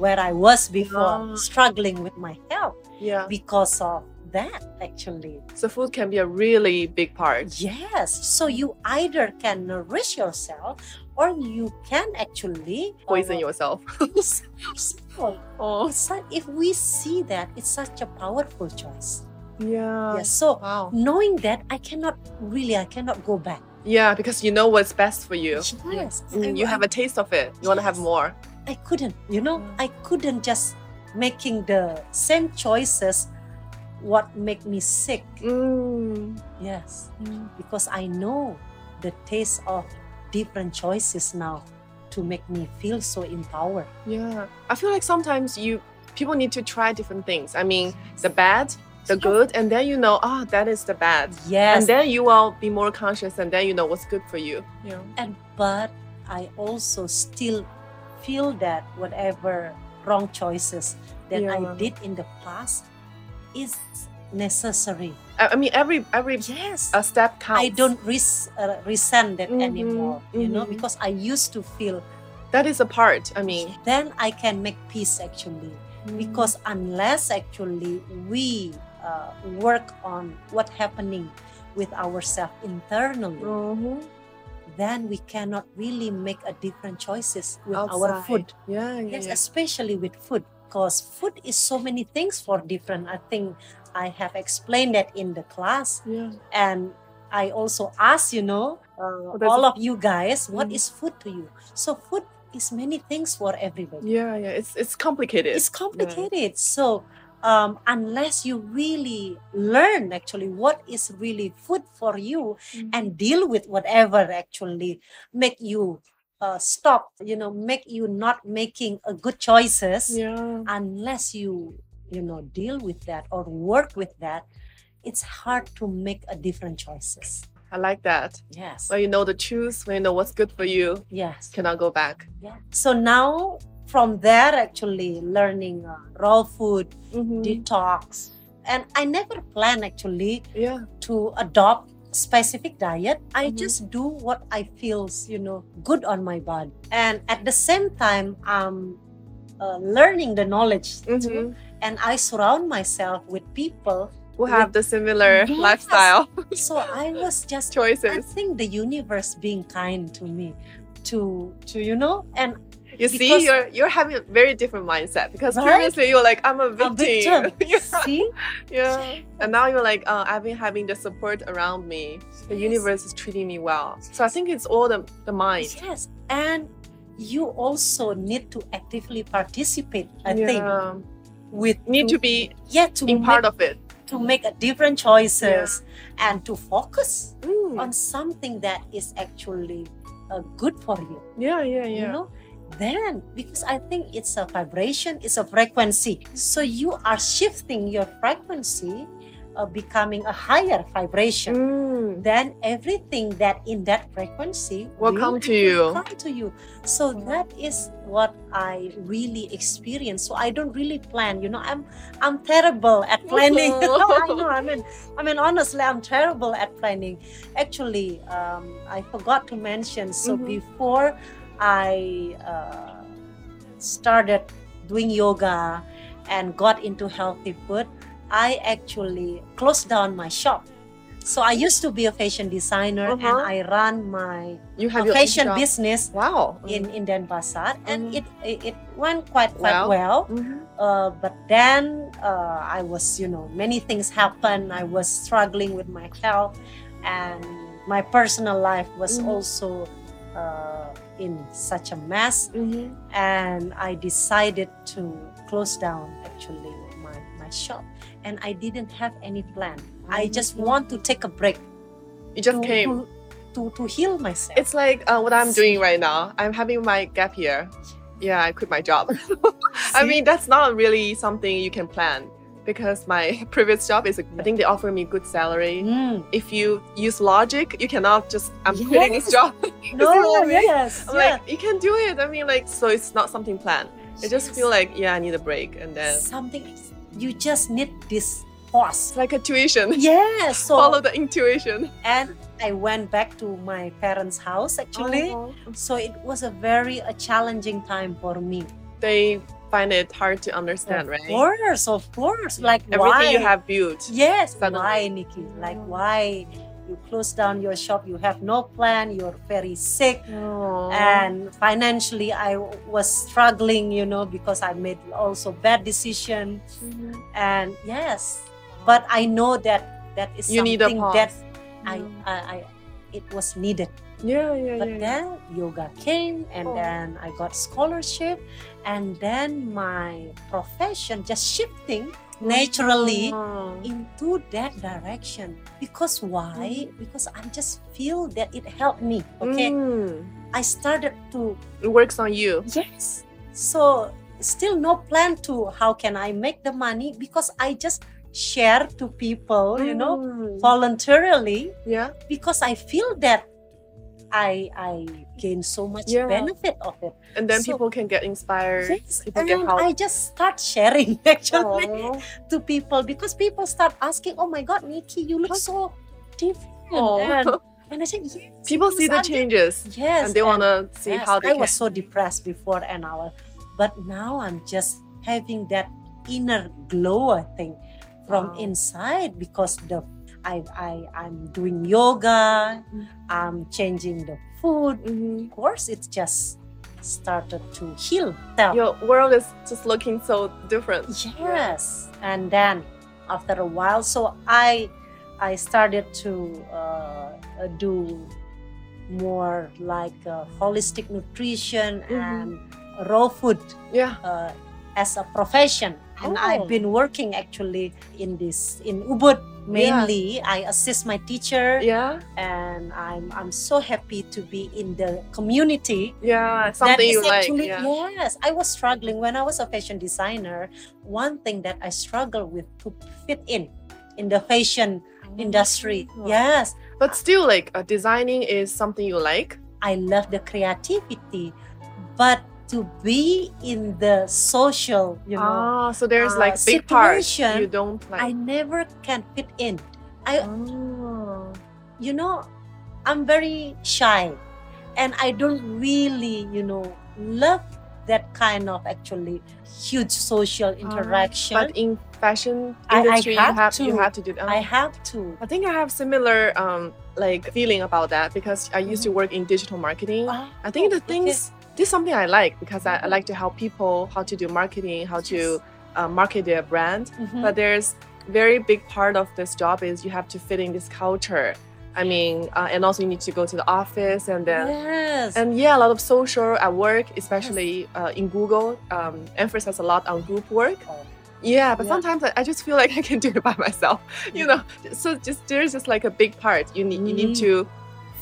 [SPEAKER 2] where I was before,
[SPEAKER 1] Ah.
[SPEAKER 2] struggling with my health
[SPEAKER 1] Yeah.
[SPEAKER 2] because of that, actually.
[SPEAKER 1] So food can be a really big part.
[SPEAKER 2] Yes. So you either can nourish yourself or you can actually uh,
[SPEAKER 1] Poison yourself.
[SPEAKER 2] yourself.
[SPEAKER 1] Oh.
[SPEAKER 2] So if we see that, it's such a powerful choice.
[SPEAKER 1] Yeah.
[SPEAKER 2] Yes. So
[SPEAKER 1] Wow.
[SPEAKER 2] knowing that, I cannot really, I cannot go back.
[SPEAKER 1] Yeah, because you know what's best for you.
[SPEAKER 2] Yes.
[SPEAKER 1] Mm, you
[SPEAKER 2] I,
[SPEAKER 1] have a taste of it. You want to have
[SPEAKER 2] Yes.
[SPEAKER 1] more.
[SPEAKER 2] I couldn't, you know,
[SPEAKER 1] Mm.
[SPEAKER 2] I couldn't just making the same choices what make me sick.
[SPEAKER 1] Mm.
[SPEAKER 2] Yes. Because I know the taste of different choices now to make me feel so empowered.
[SPEAKER 1] Yeah. I feel like sometimes you people need to try different things. I mean, the bad, the good, and then you know, ah, that is the bad.
[SPEAKER 2] Yes.
[SPEAKER 1] And then you will be more conscious and then you know what's good for you. Yeah.
[SPEAKER 2] and but I also still feel that whatever wrong choices that I
[SPEAKER 1] Yeah.
[SPEAKER 2] did in the past is necessary.
[SPEAKER 1] I, I mean every every
[SPEAKER 2] Yes.
[SPEAKER 1] uh, step counts.
[SPEAKER 2] I don't res- uh, resent it
[SPEAKER 1] Mhm,
[SPEAKER 2] anymore, you know,
[SPEAKER 1] mhm.
[SPEAKER 2] because I used to feel
[SPEAKER 1] that is a part. I mean
[SPEAKER 2] then I can make peace actually. Because unless actually we uh, work on what happening with ourselves internally,
[SPEAKER 1] Mhm.
[SPEAKER 2] then we cannot really make a different choices with our
[SPEAKER 1] Outside.
[SPEAKER 2] food.
[SPEAKER 1] Yeah, yeah.
[SPEAKER 2] Yes,
[SPEAKER 1] yeah.
[SPEAKER 2] especially with food, because food is so many things for different. I think I have explained that in the class,
[SPEAKER 1] yeah.
[SPEAKER 2] and I also ask, you know, uh,
[SPEAKER 1] Oh, that's-
[SPEAKER 2] all of you guys, what
[SPEAKER 1] Mm.
[SPEAKER 2] is food to you? So food is many things for everybody.
[SPEAKER 1] Yeah, yeah. It's it's complicated.
[SPEAKER 2] It's complicated. So um, unless you really learn actually what is really food for you and deal with whatever actually make you uh, stop, you know, make you not making a good choices
[SPEAKER 1] yeah.
[SPEAKER 2] unless you you know deal with that or work with that it's hard to make a different choices
[SPEAKER 1] I like that.
[SPEAKER 2] yes
[SPEAKER 1] When you know the truth, when you know what's good for you,
[SPEAKER 2] yes
[SPEAKER 1] cannot go back.
[SPEAKER 2] yeah. so now from there actually learning uh, raw food
[SPEAKER 1] Mm-hmm.
[SPEAKER 2] detox and i never plan actually
[SPEAKER 1] Yeah.
[SPEAKER 2] to adopt specific diet
[SPEAKER 1] Mhm.
[SPEAKER 2] i just do what i feels you know good on my body and at the same time i'm uh, learning the knowledge too.
[SPEAKER 1] Mhm.
[SPEAKER 2] and i surround myself with people
[SPEAKER 1] We'll have the similar
[SPEAKER 2] Yes.
[SPEAKER 1] lifestyle
[SPEAKER 2] so i was just I
[SPEAKER 1] choices.
[SPEAKER 2] think the universe being kind to me, to to you know, and
[SPEAKER 1] You see,
[SPEAKER 2] because-
[SPEAKER 1] you're you're having a very different mindset because
[SPEAKER 2] Right?
[SPEAKER 1] previously you were like, I'm a victim.
[SPEAKER 2] a victim.
[SPEAKER 1] yeah.
[SPEAKER 2] See,
[SPEAKER 1] yeah. And now you're like, uh, I've been having the support around me. The
[SPEAKER 2] Yes.
[SPEAKER 1] universe is treating me well. So I think it's all the the mind.
[SPEAKER 2] yes, and you also need to actively participate. I think
[SPEAKER 1] Yeah.
[SPEAKER 2] with
[SPEAKER 1] Need to be
[SPEAKER 2] yeah to
[SPEAKER 1] in
[SPEAKER 2] make,
[SPEAKER 1] part of it.
[SPEAKER 2] to make a different choices and to focus
[SPEAKER 1] Mm.
[SPEAKER 2] on something that is actually uh, good for you.
[SPEAKER 1] Yeah, yeah, yeah.
[SPEAKER 2] you know then because i think it's a vibration it's a frequency so you are shifting your frequency uh, becoming a higher vibration
[SPEAKER 1] Mm.
[SPEAKER 2] then everything that in that frequency
[SPEAKER 1] Will come to you.
[SPEAKER 2] come to you so that is what i really experience so i don't really plan you know i'm i'm terrible at planning
[SPEAKER 1] Oh.
[SPEAKER 2] I, know, I mean i mean honestly i'm terrible at planning actually um, i forgot to mention so
[SPEAKER 1] Mhm.
[SPEAKER 2] before i uh, started doing yoga and got into healthy food i actually closed down my shop so i used to be a fashion designer and
[SPEAKER 1] Uh-huh.
[SPEAKER 2] i run my
[SPEAKER 1] You
[SPEAKER 2] a
[SPEAKER 1] have your own
[SPEAKER 2] fashion
[SPEAKER 1] shop. Mm-hmm.
[SPEAKER 2] business
[SPEAKER 1] Wow.
[SPEAKER 2] in in Denpasar and
[SPEAKER 1] Mhm.
[SPEAKER 2] it, it it went quite quite
[SPEAKER 1] Well.
[SPEAKER 2] well,
[SPEAKER 1] Mhm.
[SPEAKER 2] Uh, but then uh, I was you know many things happened I was struggling with my health and my personal life was
[SPEAKER 1] Mhm.
[SPEAKER 2] also uh, in such a mess
[SPEAKER 1] Mhm.
[SPEAKER 2] and I decided to close down actually my, my shop and I didn't have any plan I just want to take a break
[SPEAKER 1] You Mm. just
[SPEAKER 2] to,
[SPEAKER 1] came.
[SPEAKER 2] to, to, to heal myself
[SPEAKER 1] It's like uh, what I'm doing right now. I'm having my gap year. Yeah, I quit my job. I
[SPEAKER 2] See?
[SPEAKER 1] mean, that's not really something you can plan because my previous job is, I think they offer me good salary.
[SPEAKER 2] Mm.
[SPEAKER 1] If you use logic, you cannot just, I'm quitting this
[SPEAKER 2] Yes.
[SPEAKER 1] job. You know
[SPEAKER 2] No,
[SPEAKER 1] what I mean?
[SPEAKER 2] yes,
[SPEAKER 1] I'm
[SPEAKER 2] yeah.
[SPEAKER 1] like, you can do it. I mean, like, so it's not something planned. I just feel like, yeah, I need a break. And then it's
[SPEAKER 2] something. You just need this pause.
[SPEAKER 1] like a tuition.
[SPEAKER 2] Yeah. So
[SPEAKER 1] Follow the intuition.
[SPEAKER 2] and I went back to my parents' house actually.
[SPEAKER 1] Oh.
[SPEAKER 2] So it was a very a challenging time for me.
[SPEAKER 1] They find it hard to understand,
[SPEAKER 2] of
[SPEAKER 1] right?
[SPEAKER 2] course, of course. Like
[SPEAKER 1] Everything
[SPEAKER 2] why?
[SPEAKER 1] you have built.
[SPEAKER 2] Yes.
[SPEAKER 1] Suddenly.
[SPEAKER 2] Why, Nikki? Like why? You close down your shop. You have no plan. You're very sick.
[SPEAKER 1] Aw.
[SPEAKER 2] and financially i was struggling you know because i made also bad decision and yes but i know that that is
[SPEAKER 1] You need a
[SPEAKER 2] something that
[SPEAKER 1] pause.
[SPEAKER 2] I, I i it was needed
[SPEAKER 1] yeah, yeah, yeah.
[SPEAKER 2] but then yoga came and
[SPEAKER 1] Oh.
[SPEAKER 2] then i got scholarship and then my profession just shifting naturally
[SPEAKER 1] Aw.
[SPEAKER 2] into that direction because why because i just feel that it helped me okay
[SPEAKER 1] Mm.
[SPEAKER 2] i started to
[SPEAKER 1] It works on you.
[SPEAKER 2] Yes. So still no plan to how can I make the money because I just share to people, you know,
[SPEAKER 1] Mm.
[SPEAKER 2] voluntarily
[SPEAKER 1] Yeah.
[SPEAKER 2] because I feel that I I gain so much
[SPEAKER 1] Yeah.
[SPEAKER 2] benefit of it.
[SPEAKER 1] And then
[SPEAKER 2] So-
[SPEAKER 1] people can get inspired. People
[SPEAKER 2] and
[SPEAKER 1] get help.
[SPEAKER 2] I just start sharing actually
[SPEAKER 1] Aw.
[SPEAKER 2] to people because people start asking, "Oh my God, Nikki, you look so different."
[SPEAKER 1] Aw.
[SPEAKER 2] And, and I said, "Yes,
[SPEAKER 1] Oh. people see the
[SPEAKER 2] because I'm
[SPEAKER 1] changes
[SPEAKER 2] di- Yes,
[SPEAKER 1] and they want to see
[SPEAKER 2] Yes,
[SPEAKER 1] how they
[SPEAKER 2] I
[SPEAKER 1] can.
[SPEAKER 2] was so depressed before an hour, but now I'm just having that inner glow. I think from
[SPEAKER 1] Wow.
[SPEAKER 2] inside because the I I I'm doing yoga,
[SPEAKER 1] Mm.
[SPEAKER 2] I'm changing the food.
[SPEAKER 1] Mhm.
[SPEAKER 2] Of course, it's just started to heal. Self.
[SPEAKER 1] Your world is just looking so different.
[SPEAKER 2] Yes, and then after a while, so I I started to uh, uh, do more like uh, holistic nutrition
[SPEAKER 1] Mhm.
[SPEAKER 2] and raw food
[SPEAKER 1] Yeah.
[SPEAKER 2] uh, as a profession. And
[SPEAKER 1] Oh.
[SPEAKER 2] I've been working actually in this in Ubud mainly. I assist my teacher,
[SPEAKER 1] Yeah.
[SPEAKER 2] and I'm I'm so happy to be in the community
[SPEAKER 1] Yeah. Something
[SPEAKER 2] that
[SPEAKER 1] you
[SPEAKER 2] is
[SPEAKER 1] like.
[SPEAKER 2] actually,
[SPEAKER 1] yeah.
[SPEAKER 2] Yes, I was struggling when I was a fashion designer. One thing that I struggled with to fit in in the fashion industry.
[SPEAKER 1] Oh.
[SPEAKER 2] Yes,
[SPEAKER 1] But still, like uh, designing is something you like.
[SPEAKER 2] I love the creativity, but to be in the social, you
[SPEAKER 1] Ah,
[SPEAKER 2] know,
[SPEAKER 1] so there's
[SPEAKER 2] uh,
[SPEAKER 1] like big parts
[SPEAKER 2] situation,
[SPEAKER 1] you don't
[SPEAKER 2] I
[SPEAKER 1] like.
[SPEAKER 2] never can fit in. I, Ah.
[SPEAKER 1] Oh.
[SPEAKER 2] you know, I'm very shy, and I don't really, you know, love that kind of actually huge social interaction.
[SPEAKER 1] But in fashion
[SPEAKER 2] I- I
[SPEAKER 1] industry,
[SPEAKER 2] have
[SPEAKER 1] you have
[SPEAKER 2] to.
[SPEAKER 1] you have to do Ah. that.
[SPEAKER 2] I have to.
[SPEAKER 1] I think I have similar um like feeling about that because I used to work in digital marketing.
[SPEAKER 2] Ah.
[SPEAKER 1] I think the things this is something I like because I, I
[SPEAKER 2] Mhm.
[SPEAKER 1] like to help people how to do marketing, how to uh, market their brand.
[SPEAKER 2] Mm-hmm.
[SPEAKER 1] But there's very big part of this job is you have to fit in this culture. I mean, uh, and also you need to go to the office and then
[SPEAKER 2] yes.
[SPEAKER 1] uh, and yeah, a lot of social at work, especially uh, in Google, um, emphasize a lot on group work.
[SPEAKER 2] Oh.
[SPEAKER 1] Yeah, but
[SPEAKER 2] Yeah.
[SPEAKER 1] sometimes I, I just feel like I can do it by myself, you know. So just there's just like a big part you need you need
[SPEAKER 2] Mm.
[SPEAKER 1] to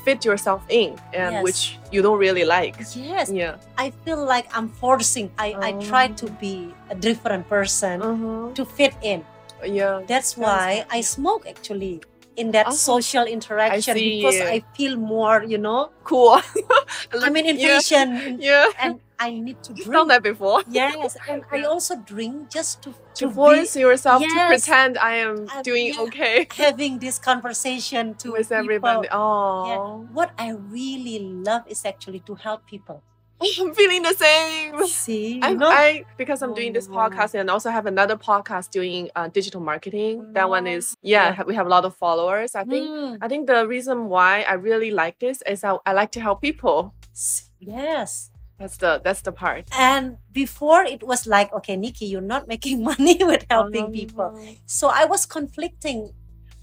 [SPEAKER 1] fit yourself in, and
[SPEAKER 2] Yes.
[SPEAKER 1] which you don't really like.
[SPEAKER 2] yes.
[SPEAKER 1] Yeah.
[SPEAKER 2] I feel like I'm forcing. I, I try
[SPEAKER 1] Oh.
[SPEAKER 2] to be a different person
[SPEAKER 1] Uh-huh.
[SPEAKER 2] to fit in.
[SPEAKER 1] Yeah.
[SPEAKER 2] That's
[SPEAKER 1] Sounds
[SPEAKER 2] why
[SPEAKER 1] good,
[SPEAKER 2] I
[SPEAKER 1] yeah.
[SPEAKER 2] smoke actually in that
[SPEAKER 1] Oh,
[SPEAKER 2] social interaction
[SPEAKER 1] see.
[SPEAKER 2] because I feel more, you know,
[SPEAKER 1] Cool.
[SPEAKER 2] I mean, in
[SPEAKER 1] yeah.
[SPEAKER 2] fashion
[SPEAKER 1] Yeah.
[SPEAKER 2] and I need to
[SPEAKER 1] You've done
[SPEAKER 2] drink.
[SPEAKER 1] that before.
[SPEAKER 2] Yes. And I
[SPEAKER 1] Yeah.
[SPEAKER 2] also drink just to,
[SPEAKER 1] To
[SPEAKER 2] to be
[SPEAKER 1] force yourself to
[SPEAKER 2] Yes.
[SPEAKER 1] pretend I am
[SPEAKER 2] I'm-
[SPEAKER 1] doing
[SPEAKER 2] yeah.
[SPEAKER 1] okay
[SPEAKER 2] having this conversation to
[SPEAKER 1] with
[SPEAKER 2] people.
[SPEAKER 1] everybody. Oh,
[SPEAKER 2] What I really love is actually to help people.
[SPEAKER 1] I'm feeling the same.
[SPEAKER 2] See,
[SPEAKER 1] I,
[SPEAKER 2] you know?
[SPEAKER 1] I because I'm doing this
[SPEAKER 2] Oh.
[SPEAKER 1] podcast and also have another podcast doing uh, digital marketing. That one is yeah,
[SPEAKER 2] Oh, Yeah.
[SPEAKER 1] ha- we have a lot of followers. I think
[SPEAKER 2] Mm,
[SPEAKER 1] I think the reason why I really like this is I, I like to help people.
[SPEAKER 2] s- yes.
[SPEAKER 1] That's the that's the part.
[SPEAKER 2] And before it was like, okay, Nikki, you're not making money with helping people. So I was conflicting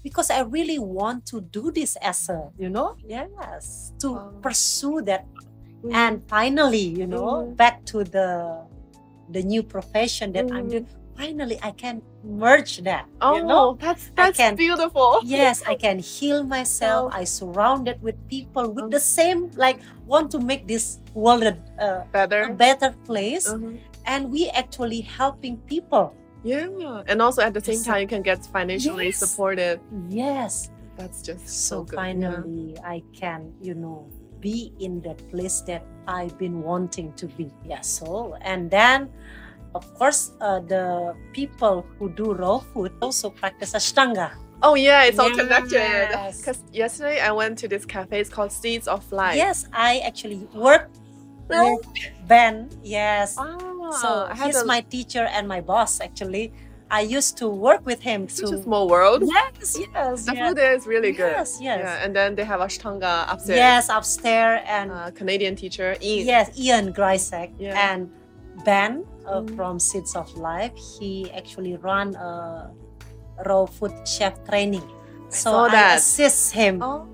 [SPEAKER 2] because I really want to do this as a, you know, yes, to
[SPEAKER 1] Oh.
[SPEAKER 2] pursue that.
[SPEAKER 1] Mm.
[SPEAKER 2] And finally, you know,
[SPEAKER 1] Mhm.
[SPEAKER 2] back to the the new profession that I'm
[SPEAKER 1] Mhm.
[SPEAKER 2] doing. Finally, I can merge that.
[SPEAKER 1] oh,
[SPEAKER 2] you know?
[SPEAKER 1] that's that's
[SPEAKER 2] can-
[SPEAKER 1] beautiful.
[SPEAKER 2] yes i can heal myself
[SPEAKER 1] Oh.
[SPEAKER 2] i surrounded with people with the same like want to make this world a, a-
[SPEAKER 1] Better.
[SPEAKER 2] a better place
[SPEAKER 1] Mhm.
[SPEAKER 2] and we actually helping people
[SPEAKER 1] Yeah, and also at the same
[SPEAKER 2] Yes.
[SPEAKER 1] time you can get financially
[SPEAKER 2] Yes.
[SPEAKER 1] supported.
[SPEAKER 2] yes
[SPEAKER 1] That's just so,
[SPEAKER 2] so,
[SPEAKER 1] good. yeah.
[SPEAKER 2] finally i can you know be in the place that i've been wanting to be yeah so and then of course uh, the people who do raw food also practice ashtanga
[SPEAKER 1] Oh yeah, it's all connected.
[SPEAKER 2] Yes.
[SPEAKER 1] Because yesterday I went to this cafe. It's called Seeds of Life.
[SPEAKER 2] yes i actually work
[SPEAKER 1] Really?
[SPEAKER 2] with ben yes
[SPEAKER 1] Oh,
[SPEAKER 2] so
[SPEAKER 1] I had
[SPEAKER 2] he's
[SPEAKER 1] a,
[SPEAKER 2] my teacher and my boss actually. I used to work with him
[SPEAKER 1] such a
[SPEAKER 2] too.
[SPEAKER 1] small world.
[SPEAKER 2] Yes, yes,
[SPEAKER 1] The
[SPEAKER 2] yes.
[SPEAKER 1] food there is really good.
[SPEAKER 2] Yes, yes.
[SPEAKER 1] Yeah, and then they have Ashtanga upstairs.
[SPEAKER 2] Yes, upstairs and
[SPEAKER 1] Uh, Canadian teacher Ian.
[SPEAKER 2] yes, Ian Grisek
[SPEAKER 1] Yeah.
[SPEAKER 2] and Ben uh,
[SPEAKER 1] Mm.
[SPEAKER 2] from Seeds of Life. He actually run a raw food chef training. So
[SPEAKER 1] saw
[SPEAKER 2] I,
[SPEAKER 1] that.
[SPEAKER 2] assist him.
[SPEAKER 1] Oh,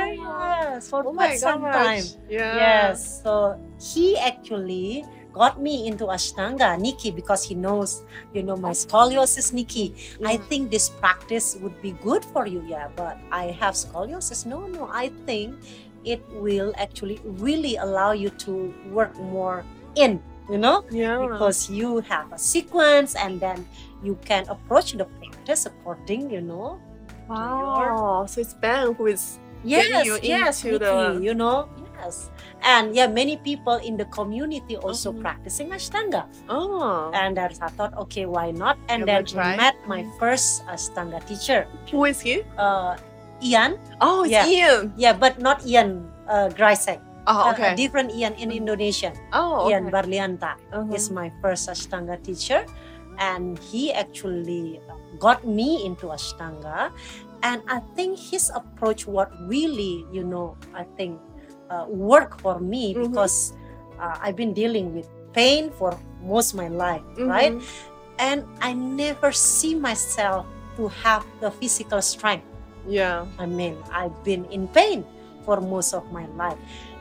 [SPEAKER 2] Yes, for
[SPEAKER 1] oh my
[SPEAKER 2] quite some time.
[SPEAKER 1] gosh. Yeah.
[SPEAKER 2] Yes. So he actually got me into Ashtanga, Nikki, because he knows, you know, my scoliosis, Nikki. I
[SPEAKER 1] Mhm.
[SPEAKER 2] think this practice would be good for you, yeah, but I have scoliosis. No, no, I think it will actually really allow you to work more in, you know,
[SPEAKER 1] Yeah.
[SPEAKER 2] because you have a sequence and then you can approach the practice according, you know.
[SPEAKER 1] wow. So it's Ben who is
[SPEAKER 2] Yes,
[SPEAKER 1] you
[SPEAKER 2] yes,
[SPEAKER 1] into
[SPEAKER 2] Nikki,
[SPEAKER 1] the-
[SPEAKER 2] you know, yes. And yeah, many people in the community also
[SPEAKER 1] Mhm.
[SPEAKER 2] practicing Ashtanga.
[SPEAKER 1] oh
[SPEAKER 2] And I thought, okay, why not?
[SPEAKER 1] You
[SPEAKER 2] And then
[SPEAKER 1] will try. Mm-hmm.
[SPEAKER 2] I met my first Ashtanga teacher,
[SPEAKER 1] who is he?
[SPEAKER 2] uh, Ian.
[SPEAKER 1] Oh, it's
[SPEAKER 2] Yeah.
[SPEAKER 1] Ian.
[SPEAKER 2] Yeah, but not Ian uh, Grisek.
[SPEAKER 1] Oh,
[SPEAKER 2] Uh,
[SPEAKER 1] okay. Mm-hmm.
[SPEAKER 2] a different Ian in Indonesian.
[SPEAKER 1] oh, okay.
[SPEAKER 2] Ian Barlianta
[SPEAKER 1] Uh-huh.
[SPEAKER 2] is my first Ashtanga teacher. And he actually uh, got me into Ashtanga. And I think his approach, what really, you know, I think uh, work for me
[SPEAKER 1] Mhm.
[SPEAKER 2] because uh, I've been dealing with pain for most my life,
[SPEAKER 1] Mhm.
[SPEAKER 2] right? and I never see myself to have the physical strength.
[SPEAKER 1] Yeah.
[SPEAKER 2] I mean, I've been in pain for most of my life.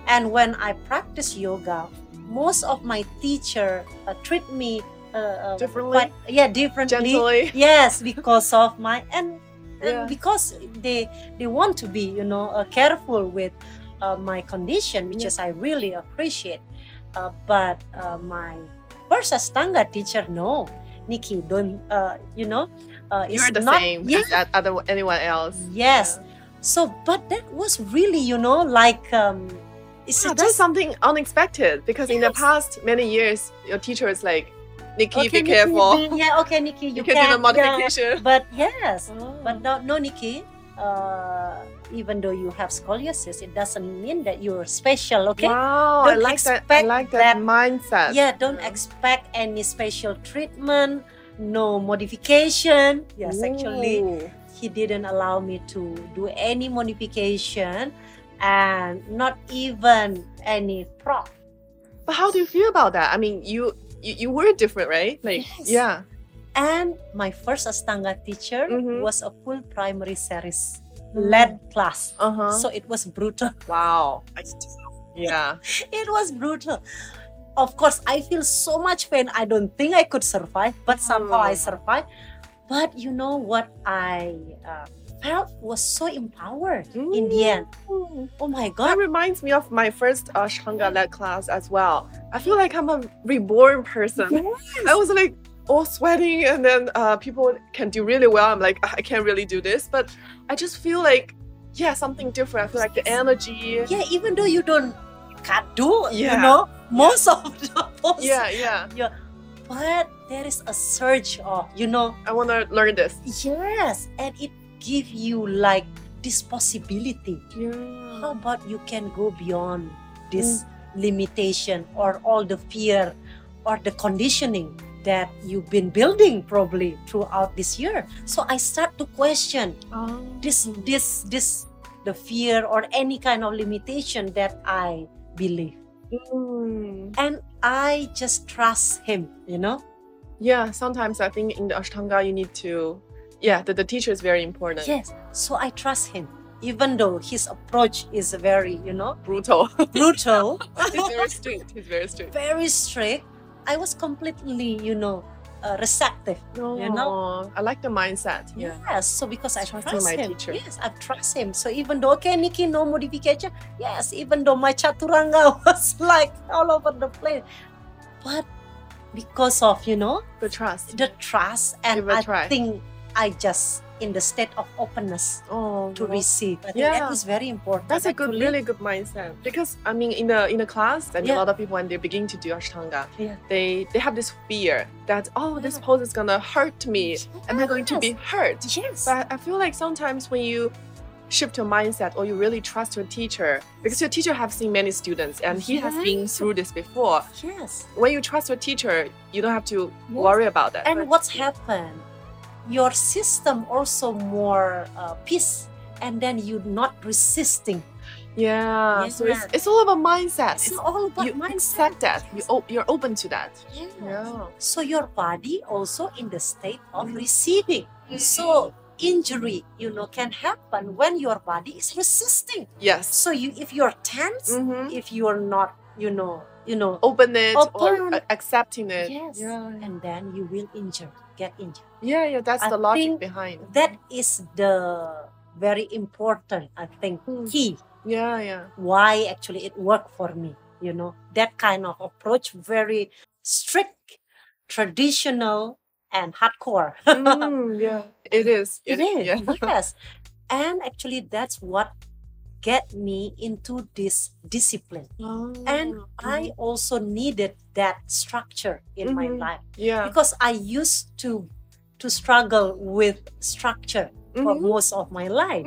[SPEAKER 2] And when I practice yoga, most of my teacher uh, treat me uh, uh,
[SPEAKER 1] Differently?
[SPEAKER 2] quite- yeah, differently.
[SPEAKER 1] Gently.
[SPEAKER 2] Yes, because of my and,
[SPEAKER 1] Yeah.
[SPEAKER 2] and because they they want to be you know uh, careful with uh, my condition, which
[SPEAKER 1] Yeah.
[SPEAKER 2] is I really appreciate. Uh, but uh, my first Ashtanga teacher, no, Nikki, don't uh, you know? Uh, it's
[SPEAKER 1] You're the
[SPEAKER 2] not,
[SPEAKER 1] same
[SPEAKER 2] Yeah,
[SPEAKER 1] as at- other anyone else.
[SPEAKER 2] yes.
[SPEAKER 1] Yeah.
[SPEAKER 2] So, but that was really you know like um, it's
[SPEAKER 1] Yeah, Ah, that's
[SPEAKER 2] just
[SPEAKER 1] something unexpected because in the
[SPEAKER 2] Yes.
[SPEAKER 1] past many years, your teacher is like, Nikki, be
[SPEAKER 2] Nikki,
[SPEAKER 1] careful.
[SPEAKER 2] be- yeah, okay, Nikki, you,
[SPEAKER 1] you, can, do the
[SPEAKER 2] yeah.
[SPEAKER 1] modification.
[SPEAKER 2] But yes,
[SPEAKER 1] Oh.
[SPEAKER 2] But no, no Nikki, uh, even though you have scoliosis, it doesn't mean that you're special, okay?
[SPEAKER 1] Oh. Wow, I
[SPEAKER 2] Don't
[SPEAKER 1] like that. I
[SPEAKER 2] expect
[SPEAKER 1] like that,
[SPEAKER 2] that-
[SPEAKER 1] mindset.
[SPEAKER 2] Yeah, don't
[SPEAKER 1] Yeah.
[SPEAKER 2] expect any special treatment, no modification. Yes, actually,
[SPEAKER 1] Ooh.
[SPEAKER 2] he didn't allow me to do any modification and not even any prop.
[SPEAKER 1] But how do you feel about that? I mean, you you, you were different, right? Like,
[SPEAKER 2] Yes.
[SPEAKER 1] yeah.
[SPEAKER 2] And my first Astanga teacher
[SPEAKER 1] Mhm.
[SPEAKER 2] was a full primary series
[SPEAKER 1] Mm.
[SPEAKER 2] led class.
[SPEAKER 1] Uh huh.
[SPEAKER 2] So it was brutal.
[SPEAKER 1] wow. Yeah.
[SPEAKER 2] It was brutal. Of course, I feel so much pain. I don't think I could survive, but somehow
[SPEAKER 1] Oh.
[SPEAKER 2] I survived. But you know what I uh, felt was so empowered in the end. Oh my
[SPEAKER 1] That
[SPEAKER 2] God.
[SPEAKER 1] reminds me of my first uh, Shanga led class as well. I feel like I'm a reborn person. I was like all sweating, and then uh, people can do really well. I'm like, "Ah, I can't really do this, but I just feel like, yeah, something different. I feel like the energy.
[SPEAKER 2] Yeah, even though you don't can't do, you
[SPEAKER 1] Yeah.
[SPEAKER 2] know, most of the poses.
[SPEAKER 1] Yeah, yeah.
[SPEAKER 2] But there is a surge of, you know,
[SPEAKER 1] I want to learn this.
[SPEAKER 2] yes, and it give you like this possibility. how
[SPEAKER 1] Yeah.
[SPEAKER 2] about you can go beyond this limitation or all the fear or the conditioning that you've been building probably throughout this year so i start to question
[SPEAKER 1] Oh.
[SPEAKER 2] this this this the fear or any kind of limitation that i believe
[SPEAKER 1] Mm.
[SPEAKER 2] and i just trust him you know
[SPEAKER 1] Yeah, sometimes I think in the Ashtanga you need to, yeah, the, the teacher is very important.
[SPEAKER 2] yes so i trust him even though his approach is very you know
[SPEAKER 1] Brutal.
[SPEAKER 2] brutal
[SPEAKER 1] He's very strict. He's very strict.
[SPEAKER 2] very strict. I was completely, you know, uh, receptive. You
[SPEAKER 1] Aw, I like the mindset. Yeah.
[SPEAKER 2] Yes. So because I
[SPEAKER 1] Trusting
[SPEAKER 2] trust
[SPEAKER 1] my
[SPEAKER 2] him.
[SPEAKER 1] teacher.
[SPEAKER 2] Yes, I trust him. So even though okay, Nikki, no modification. Yes, even though my chaturanga was like all over the place, but because of you know
[SPEAKER 1] The trust.
[SPEAKER 2] the trust, and
[SPEAKER 1] Give it a
[SPEAKER 2] I
[SPEAKER 1] try.
[SPEAKER 2] think I just in the state of openness
[SPEAKER 1] oh,
[SPEAKER 2] to
[SPEAKER 1] well,
[SPEAKER 2] receive. I think
[SPEAKER 1] Yeah.
[SPEAKER 2] that is very important.
[SPEAKER 1] That's a good,
[SPEAKER 2] actually.
[SPEAKER 1] really good mindset. Because I mean, in the in the class, and a
[SPEAKER 2] Yeah.
[SPEAKER 1] lot of people when they begin to do Ashtanga,
[SPEAKER 2] Yeah.
[SPEAKER 1] they they have this fear that oh, this
[SPEAKER 2] Yeah.
[SPEAKER 1] pose is gonna hurt me. Am I going to be hurt?
[SPEAKER 2] Yes.
[SPEAKER 1] But I feel like sometimes when you shift your mindset or you really trust your teacher because your teacher have seen many students and he has been
[SPEAKER 2] Yes.
[SPEAKER 1] through this before
[SPEAKER 2] Yes.
[SPEAKER 1] when you trust your teacher you don't have to
[SPEAKER 2] Yes.
[SPEAKER 1] worry about that
[SPEAKER 2] And
[SPEAKER 1] But-
[SPEAKER 2] what's happened? Your system also more uh, peace, and then you not resisting.
[SPEAKER 1] yeah so it's,
[SPEAKER 2] Yeah.
[SPEAKER 1] it's all about mindset
[SPEAKER 2] It's
[SPEAKER 1] It's-
[SPEAKER 2] all about
[SPEAKER 1] you
[SPEAKER 2] mindset.
[SPEAKER 1] accept that you o- you're open to that
[SPEAKER 2] Yes.
[SPEAKER 1] yeah Mm-hmm.
[SPEAKER 2] So your body also in the state of receiving. So injury, you know, can happen when your body is resisting.
[SPEAKER 1] yes
[SPEAKER 2] So you, if you're tense,
[SPEAKER 1] hmm
[SPEAKER 2] if you're not, you know, you know,
[SPEAKER 1] open it
[SPEAKER 2] Open.
[SPEAKER 1] or uh, accepting it
[SPEAKER 2] yes,
[SPEAKER 1] Oh, yeah
[SPEAKER 2] and then you will injure, get injured.
[SPEAKER 1] yeah yeah that's
[SPEAKER 2] I
[SPEAKER 1] the logic
[SPEAKER 2] think
[SPEAKER 1] behind
[SPEAKER 2] That is the very important, I think,
[SPEAKER 1] Mm.
[SPEAKER 2] key
[SPEAKER 1] yeah yeah
[SPEAKER 2] why actually it worked for me. You know, that kind of approach, very strict, traditional, and hardcore.
[SPEAKER 1] Mm, yeah it is
[SPEAKER 2] It is,
[SPEAKER 1] yeah.
[SPEAKER 2] yes. And actually, that's what get me into this discipline. And
[SPEAKER 1] Oh,
[SPEAKER 2] I also needed that structure in my
[SPEAKER 1] Mhm.
[SPEAKER 2] life
[SPEAKER 1] yeah
[SPEAKER 2] because I used to to struggle with structure for
[SPEAKER 1] Mhm.
[SPEAKER 2] most of my life.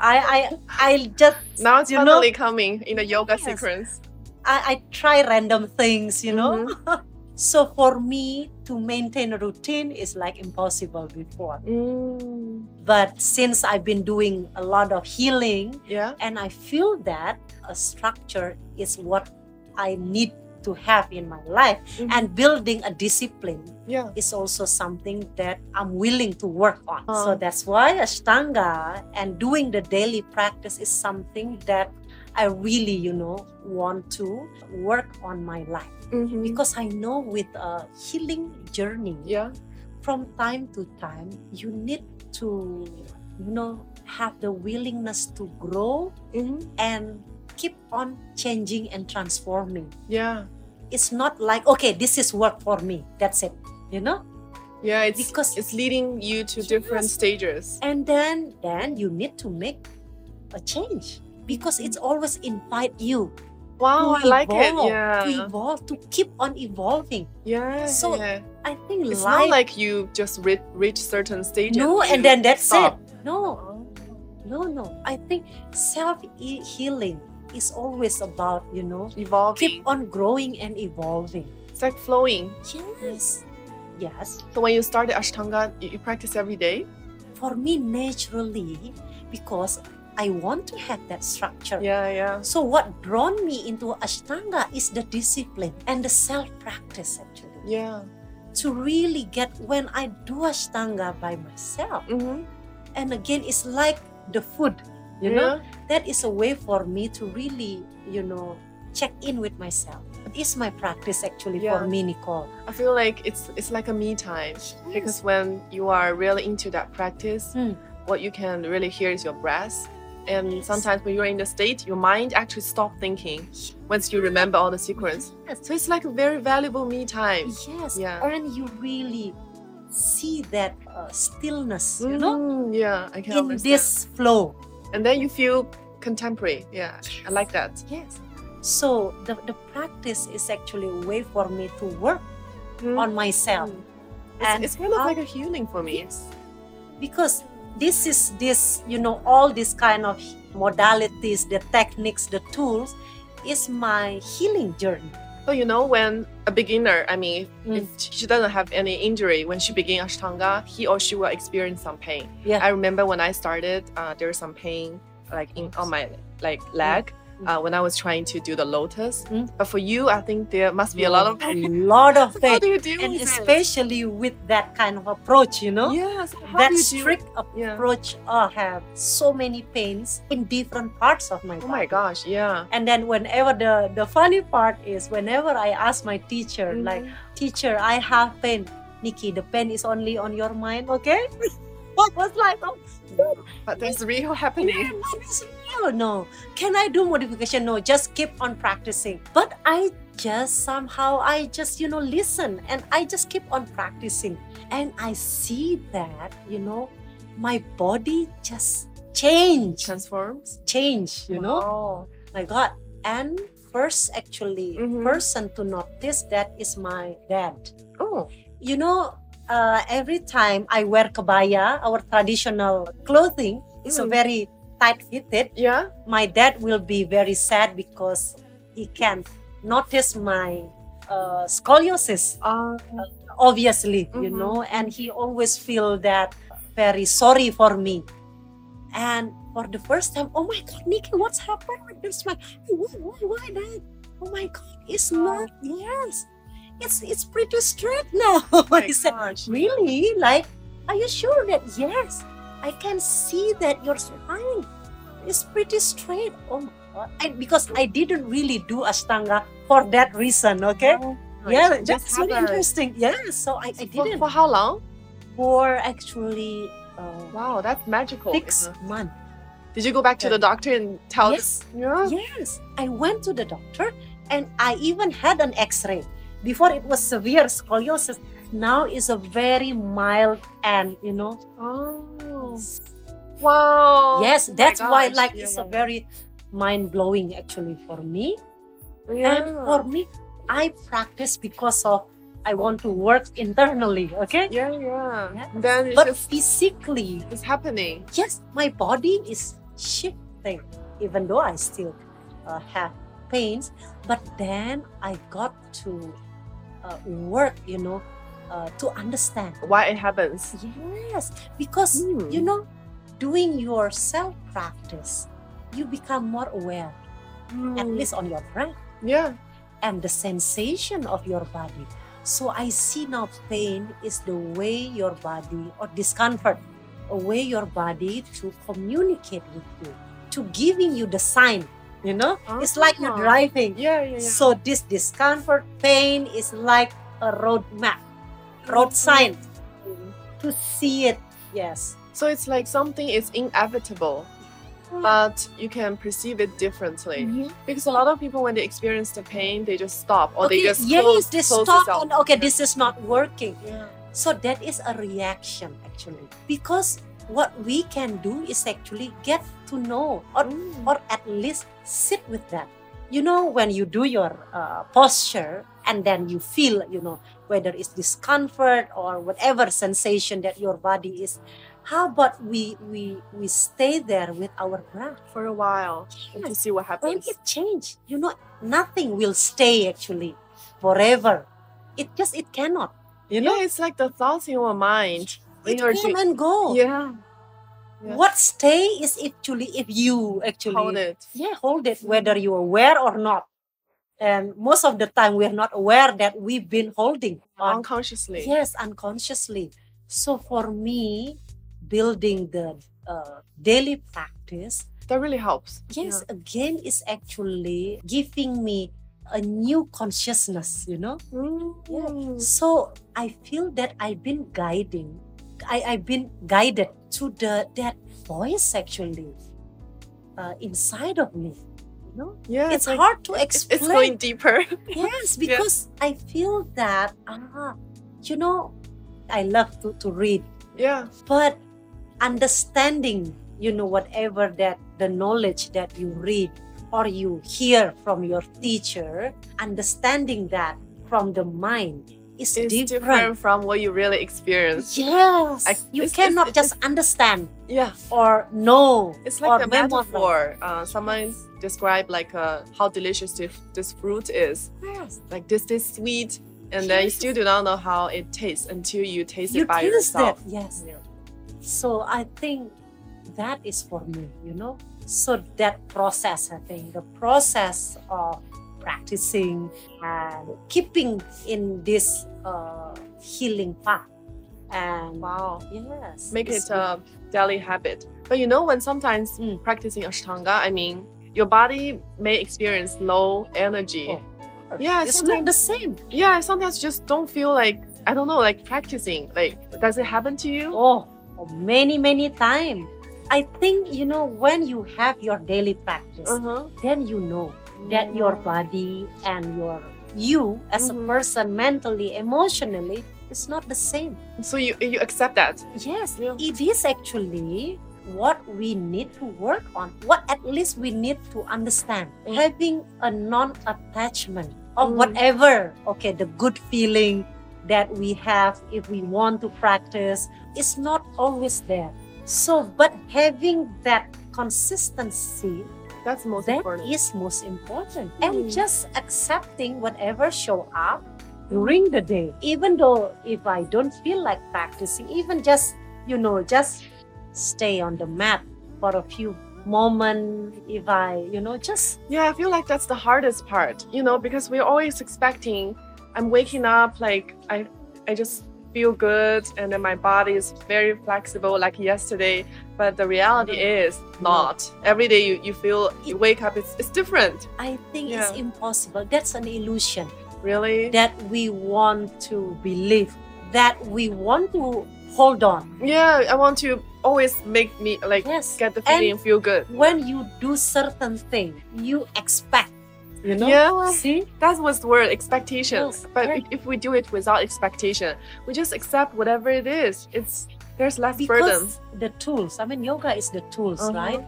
[SPEAKER 2] I I I just
[SPEAKER 1] Now it's
[SPEAKER 2] you know-
[SPEAKER 1] finally coming in a yoga
[SPEAKER 2] Yes.
[SPEAKER 1] sequence.
[SPEAKER 2] I, I try random things, you know. So for me to maintain a routine is like impossible before.
[SPEAKER 1] Mm,
[SPEAKER 2] But since I've been doing a lot of healing,
[SPEAKER 1] yeah.
[SPEAKER 2] and I feel that a structure is what I need to have in my life.
[SPEAKER 1] Mhm.
[SPEAKER 2] And building a discipline
[SPEAKER 1] Yeah.
[SPEAKER 2] is also something that I'm willing to work on. So
[SPEAKER 1] Uh.
[SPEAKER 2] that's why Ashtanga and doing the daily practice is something that I really, you know, want to work on my life
[SPEAKER 1] Mhm.
[SPEAKER 2] because I know with a healing journey,
[SPEAKER 1] yeah.
[SPEAKER 2] from time to time, you need to, you know, have the willingness to grow
[SPEAKER 1] Mhm.
[SPEAKER 2] and keep on changing and transforming.
[SPEAKER 1] Yeah.
[SPEAKER 2] It's not like, okay, this is work for me. That's it. You know?
[SPEAKER 1] Yeah. It's
[SPEAKER 2] Because-
[SPEAKER 1] it's leading you to different
[SPEAKER 2] Yes.
[SPEAKER 1] stages.
[SPEAKER 2] And then then you need to make a change. Because it's always invite you
[SPEAKER 1] Wow, Oh,
[SPEAKER 2] to
[SPEAKER 1] I like it.
[SPEAKER 2] evolve, to
[SPEAKER 1] Yeah.
[SPEAKER 2] evolve, to keep on evolving.
[SPEAKER 1] Yeah.
[SPEAKER 2] So,
[SPEAKER 1] yeah.
[SPEAKER 2] I think
[SPEAKER 1] it's not
[SPEAKER 2] life
[SPEAKER 1] like you just re- reach certain stages.
[SPEAKER 2] no,
[SPEAKER 1] you
[SPEAKER 2] and then that's
[SPEAKER 1] stop.
[SPEAKER 2] it. No, no, no. I think self e- healing is always about you know
[SPEAKER 1] Evolving.
[SPEAKER 2] keep on growing and evolving.
[SPEAKER 1] It's like flowing.
[SPEAKER 2] Yes, yes.
[SPEAKER 1] So when you started Ashtanga, you, you practice every day.
[SPEAKER 2] For me, naturally, because I want to have that structure.
[SPEAKER 1] Yeah. Yeah.
[SPEAKER 2] So what drawn me into Ashtanga is the discipline and the self practice actually
[SPEAKER 1] Yeah.
[SPEAKER 2] to really get when I do Ashtanga by myself.
[SPEAKER 1] Mhm.
[SPEAKER 2] And again, it's like the food, Mm-hmm. you know.
[SPEAKER 1] yeah.
[SPEAKER 2] that is a way for me to really, you know, check in with myself. It's my practice actually for
[SPEAKER 1] Yeah.
[SPEAKER 2] me, Nicole.
[SPEAKER 1] I feel like it's it's like a me time because when you are really into that practice,
[SPEAKER 2] Mm.
[SPEAKER 1] what you can really hear is your breath. And
[SPEAKER 2] Yes.
[SPEAKER 1] sometimes when you're in the state, your mind actually stops thinking once you remember all the sequence.
[SPEAKER 2] Yes.
[SPEAKER 1] So it's like a very valuable me time.
[SPEAKER 2] Yes.
[SPEAKER 1] Yeah.
[SPEAKER 2] And you really see that uh, stillness, you know,
[SPEAKER 1] Mm, yeah, I can understand.
[SPEAKER 2] Mm-hmm. in this flow.
[SPEAKER 1] And then you feel contemporary. Yeah, I like that.
[SPEAKER 2] Yes. So the, the practice is actually a way for me to work
[SPEAKER 1] Mm.
[SPEAKER 2] on myself.
[SPEAKER 1] Mm.
[SPEAKER 2] And
[SPEAKER 1] it's kind of
[SPEAKER 2] how-
[SPEAKER 1] like a healing for me.
[SPEAKER 2] because this is this you know all this kind of modalities the techniques the tools is my healing journey
[SPEAKER 1] But Oh, you know, when a beginner, I mean,
[SPEAKER 2] Mm.
[SPEAKER 1] if she doesn't have any injury when she begin Ashtanga, he or she will experience some pain.
[SPEAKER 2] Yeah.
[SPEAKER 1] I remember when I started, uh, there was some pain like in on my like leg
[SPEAKER 2] Mm.
[SPEAKER 1] uh, when I was trying to do the lotus.
[SPEAKER 2] Mm.
[SPEAKER 1] But for you, I think there must be a lot of pain.
[SPEAKER 2] a lot of
[SPEAKER 1] How
[SPEAKER 2] pain
[SPEAKER 1] do you deal
[SPEAKER 2] and
[SPEAKER 1] with it?
[SPEAKER 2] especially with that kind of approach you know
[SPEAKER 1] Yes. How
[SPEAKER 2] that
[SPEAKER 1] do you deal-
[SPEAKER 2] strict
[SPEAKER 1] Yeah.
[SPEAKER 2] approach i have so many pains in different parts of my
[SPEAKER 1] Oh
[SPEAKER 2] body
[SPEAKER 1] my gosh. Yeah.
[SPEAKER 2] and then whenever the the funny part is whenever i ask my teacher like
[SPEAKER 1] Mhm.
[SPEAKER 2] teacher i have pain nikki the pain is only on your mind okay what was like oh,
[SPEAKER 1] but there's real
[SPEAKER 2] Yeah,
[SPEAKER 1] happening.
[SPEAKER 2] what is new? No. Can I do modification? No, just keep on practicing. But I just somehow I just, you know, listen and I just keep on practicing. And I see that, you know, my body just change.
[SPEAKER 1] Transforms.
[SPEAKER 2] Change, you know?
[SPEAKER 1] Wow.
[SPEAKER 2] My God. And first actually
[SPEAKER 1] Mhm.
[SPEAKER 2] person to notice that is my dad
[SPEAKER 1] Oh.
[SPEAKER 2] you know, uh, every time I wear kebaya, our traditional clothing, it's a
[SPEAKER 1] Mm.
[SPEAKER 2] very tight fitted,
[SPEAKER 1] Yeah.
[SPEAKER 2] my dad will be very sad because he can notice my uh, scoliosis
[SPEAKER 1] Uh,
[SPEAKER 2] obviously you
[SPEAKER 1] Mhm.
[SPEAKER 2] know and he always feel that very sorry for me and for the first time oh my god nikki what's happened with this man why, why, why that oh my god it's not yes it's it's pretty straight now i said
[SPEAKER 1] gosh.
[SPEAKER 2] really like are you sure that yes i can see that your spine is pretty straight oh my god I, because i didn't really do ashtanga for that reason okay
[SPEAKER 1] oh
[SPEAKER 2] yeah,
[SPEAKER 1] It
[SPEAKER 2] that's really
[SPEAKER 1] happened.
[SPEAKER 2] interesting. Yeah, so I, I
[SPEAKER 1] For,
[SPEAKER 2] didn't
[SPEAKER 1] for how long?
[SPEAKER 2] for actually uh,
[SPEAKER 1] Wow, that's magical.
[SPEAKER 2] six
[SPEAKER 1] isn't it?
[SPEAKER 2] months.
[SPEAKER 1] Did you go back to Oh, the doctor and tell?
[SPEAKER 2] Yes,
[SPEAKER 1] Yeah.
[SPEAKER 2] yes. I went to the doctor and I even had an X-ray. Before it was severe scoliosis. Now it's a very mild and you know.
[SPEAKER 1] Oh. Wow.
[SPEAKER 2] yes,
[SPEAKER 1] Oh my
[SPEAKER 2] that's why
[SPEAKER 1] gosh.
[SPEAKER 2] like
[SPEAKER 1] Yeah.
[SPEAKER 2] it's a very mind blowing actually for me.
[SPEAKER 1] Yeah.
[SPEAKER 2] And for me, I practice because of I want to work internally. Okay,
[SPEAKER 1] yeah, yeah.
[SPEAKER 2] Yes.
[SPEAKER 1] Then it's,
[SPEAKER 2] but
[SPEAKER 1] just,
[SPEAKER 2] physically
[SPEAKER 1] it's happening.
[SPEAKER 2] yes, my body is shifting, even though I still uh, have pains. But then I got to uh, work, you know, uh, to understand.
[SPEAKER 1] Why it happens?
[SPEAKER 2] Yes, because you
[SPEAKER 1] Hmm.
[SPEAKER 2] know, doing your self practice, you become more aware, at
[SPEAKER 1] Hmm.
[SPEAKER 2] least on your breath
[SPEAKER 1] Yeah.
[SPEAKER 2] and the sensation of your body. So I see now pain is the way your body or discomfort, a way your body to communicate with you, to giving you the sign. You know, it's like you're
[SPEAKER 1] Ah.
[SPEAKER 2] driving.
[SPEAKER 1] Yeah, yeah, yeah.
[SPEAKER 2] So this discomfort, pain is like a road map, road
[SPEAKER 1] Mm-hmm.
[SPEAKER 2] sign to see it. Yes.
[SPEAKER 1] So it's like something is inevitable, but you can perceive it differently.
[SPEAKER 2] Mm-hmm.
[SPEAKER 1] Because a lot of people, when they experience the pain, they just stop or they
[SPEAKER 2] okay.
[SPEAKER 1] just
[SPEAKER 2] yes,
[SPEAKER 1] close,
[SPEAKER 2] they
[SPEAKER 1] close
[SPEAKER 2] stop.
[SPEAKER 1] it out.
[SPEAKER 2] And, okay, this is not working.
[SPEAKER 1] Yeah.
[SPEAKER 2] So that is a reaction actually. Because what we can do is actually get to know or,
[SPEAKER 1] Mm.
[SPEAKER 2] or at least sit with that. You know, when you do your uh, posture and then you feel, you know, whether it's discomfort or whatever sensation that your body is, how about we we we stay there with our breath
[SPEAKER 1] for a while and to see what
[SPEAKER 2] and
[SPEAKER 1] happens.
[SPEAKER 2] it change. You know, nothing will stay actually forever. It just it cannot.
[SPEAKER 1] You know, it's like the thoughts in your mind. When
[SPEAKER 2] It
[SPEAKER 1] you're
[SPEAKER 2] come and go.
[SPEAKER 1] Yeah. Yes.
[SPEAKER 2] What stay is actually if you actually
[SPEAKER 1] Hold it.
[SPEAKER 2] yeah hold it whether you're aware or not, and most of the time we're not aware that we've been holding on.
[SPEAKER 1] Unconsciously.
[SPEAKER 2] Yes, unconsciously. So for me, building the uh, daily practice,
[SPEAKER 1] That really helps.
[SPEAKER 2] yes, again is actually giving me a new consciousness. You know,
[SPEAKER 1] Yeah. Mm.
[SPEAKER 2] Mm-hmm. so I feel that I've been guiding, I, I've been guided to the that voice actually uh, inside of me. You know,
[SPEAKER 1] Yeah.
[SPEAKER 2] it's
[SPEAKER 1] like-
[SPEAKER 2] hard to
[SPEAKER 1] it's-
[SPEAKER 2] explain.
[SPEAKER 1] It's going deeper.
[SPEAKER 2] yes, because I feel that ah, you know, I love to, to read,
[SPEAKER 1] yeah.
[SPEAKER 2] but understanding, you know, whatever that the knowledge that you read or you hear from your teacher, understanding that from the mind is
[SPEAKER 1] It's different.
[SPEAKER 2] different.
[SPEAKER 1] from what you really experience.
[SPEAKER 2] Yes,
[SPEAKER 1] I-
[SPEAKER 2] you
[SPEAKER 1] it's- it's-
[SPEAKER 2] cannot
[SPEAKER 1] it's-
[SPEAKER 2] just understand
[SPEAKER 1] Yeah.
[SPEAKER 2] or know.
[SPEAKER 1] It's
[SPEAKER 2] or
[SPEAKER 1] like the
[SPEAKER 2] memorize.
[SPEAKER 1] metaphor. Uh, someone described like uh, how delicious this, this fruit is.
[SPEAKER 2] Yes,
[SPEAKER 1] Like this is sweet, and then you still do not know how it tastes until you taste
[SPEAKER 2] you
[SPEAKER 1] it by
[SPEAKER 2] taste it.
[SPEAKER 1] yourself.
[SPEAKER 2] Yes.
[SPEAKER 1] Yeah.
[SPEAKER 2] So I think that is for me, you know. So that process, I think, the process of practicing and keeping in this uh, healing path, and
[SPEAKER 1] Wow.
[SPEAKER 2] yes,
[SPEAKER 1] Make
[SPEAKER 2] it's
[SPEAKER 1] it uh, a daily habit. But you know, when sometimes
[SPEAKER 2] Mm.
[SPEAKER 1] practicing Ashtanga, I mean, your body may experience low energy.
[SPEAKER 2] Oh.
[SPEAKER 1] Yeah,
[SPEAKER 2] it's
[SPEAKER 1] sometimes
[SPEAKER 2] not the same.
[SPEAKER 1] yeah, sometimes just don't feel like I don't know, like practicing. Like, does it happen to you?
[SPEAKER 2] Oh, many, many times. I think, you know, when you have your daily practice,
[SPEAKER 1] Uh-huh.
[SPEAKER 2] then you know that your body and your you as a
[SPEAKER 1] Mhm.
[SPEAKER 2] person mentally, emotionally, is not the same.
[SPEAKER 1] So you you accept that?
[SPEAKER 2] Yes,
[SPEAKER 1] Yeah.
[SPEAKER 2] it is actually what we need to work on, what at least we need to understand.
[SPEAKER 1] Mm.
[SPEAKER 2] Having a non attachment of
[SPEAKER 1] Mm.
[SPEAKER 2] whatever, okay, the good feeling that we have if we want to practice is not always there. So, but having that consistency
[SPEAKER 1] That's most
[SPEAKER 2] that
[SPEAKER 1] important.
[SPEAKER 2] is most important
[SPEAKER 1] Mm.
[SPEAKER 2] and just accepting whatever show up during the day even though if i don't feel like practicing even just you know just stay on the mat for a few moments if i you know just
[SPEAKER 1] Yeah, I feel like that's the hardest part, you know, because we're always expecting I'm waking up like I I just feel good and then my body is very flexible like yesterday, but the reality
[SPEAKER 2] Mm-hmm.
[SPEAKER 1] is not. Every day you, you feel you wake up it's it's different.
[SPEAKER 2] i think it's
[SPEAKER 1] Yeah.
[SPEAKER 2] impossible that's an illusion
[SPEAKER 1] Really?
[SPEAKER 2] that we want to believe that we want to hold on
[SPEAKER 1] Yeah, I want to always make me like
[SPEAKER 2] yes
[SPEAKER 1] get the feeling feel good.
[SPEAKER 2] when you do certain thing you expect you know Oh,
[SPEAKER 1] Yeah.
[SPEAKER 2] see
[SPEAKER 1] That was the word expectations.
[SPEAKER 2] Yes,
[SPEAKER 1] but
[SPEAKER 2] right.
[SPEAKER 1] if we do it without expectation, we just accept whatever it is. It's there's less burden.
[SPEAKER 2] because the tools i mean yoga is the tools
[SPEAKER 1] Uh-huh.
[SPEAKER 2] right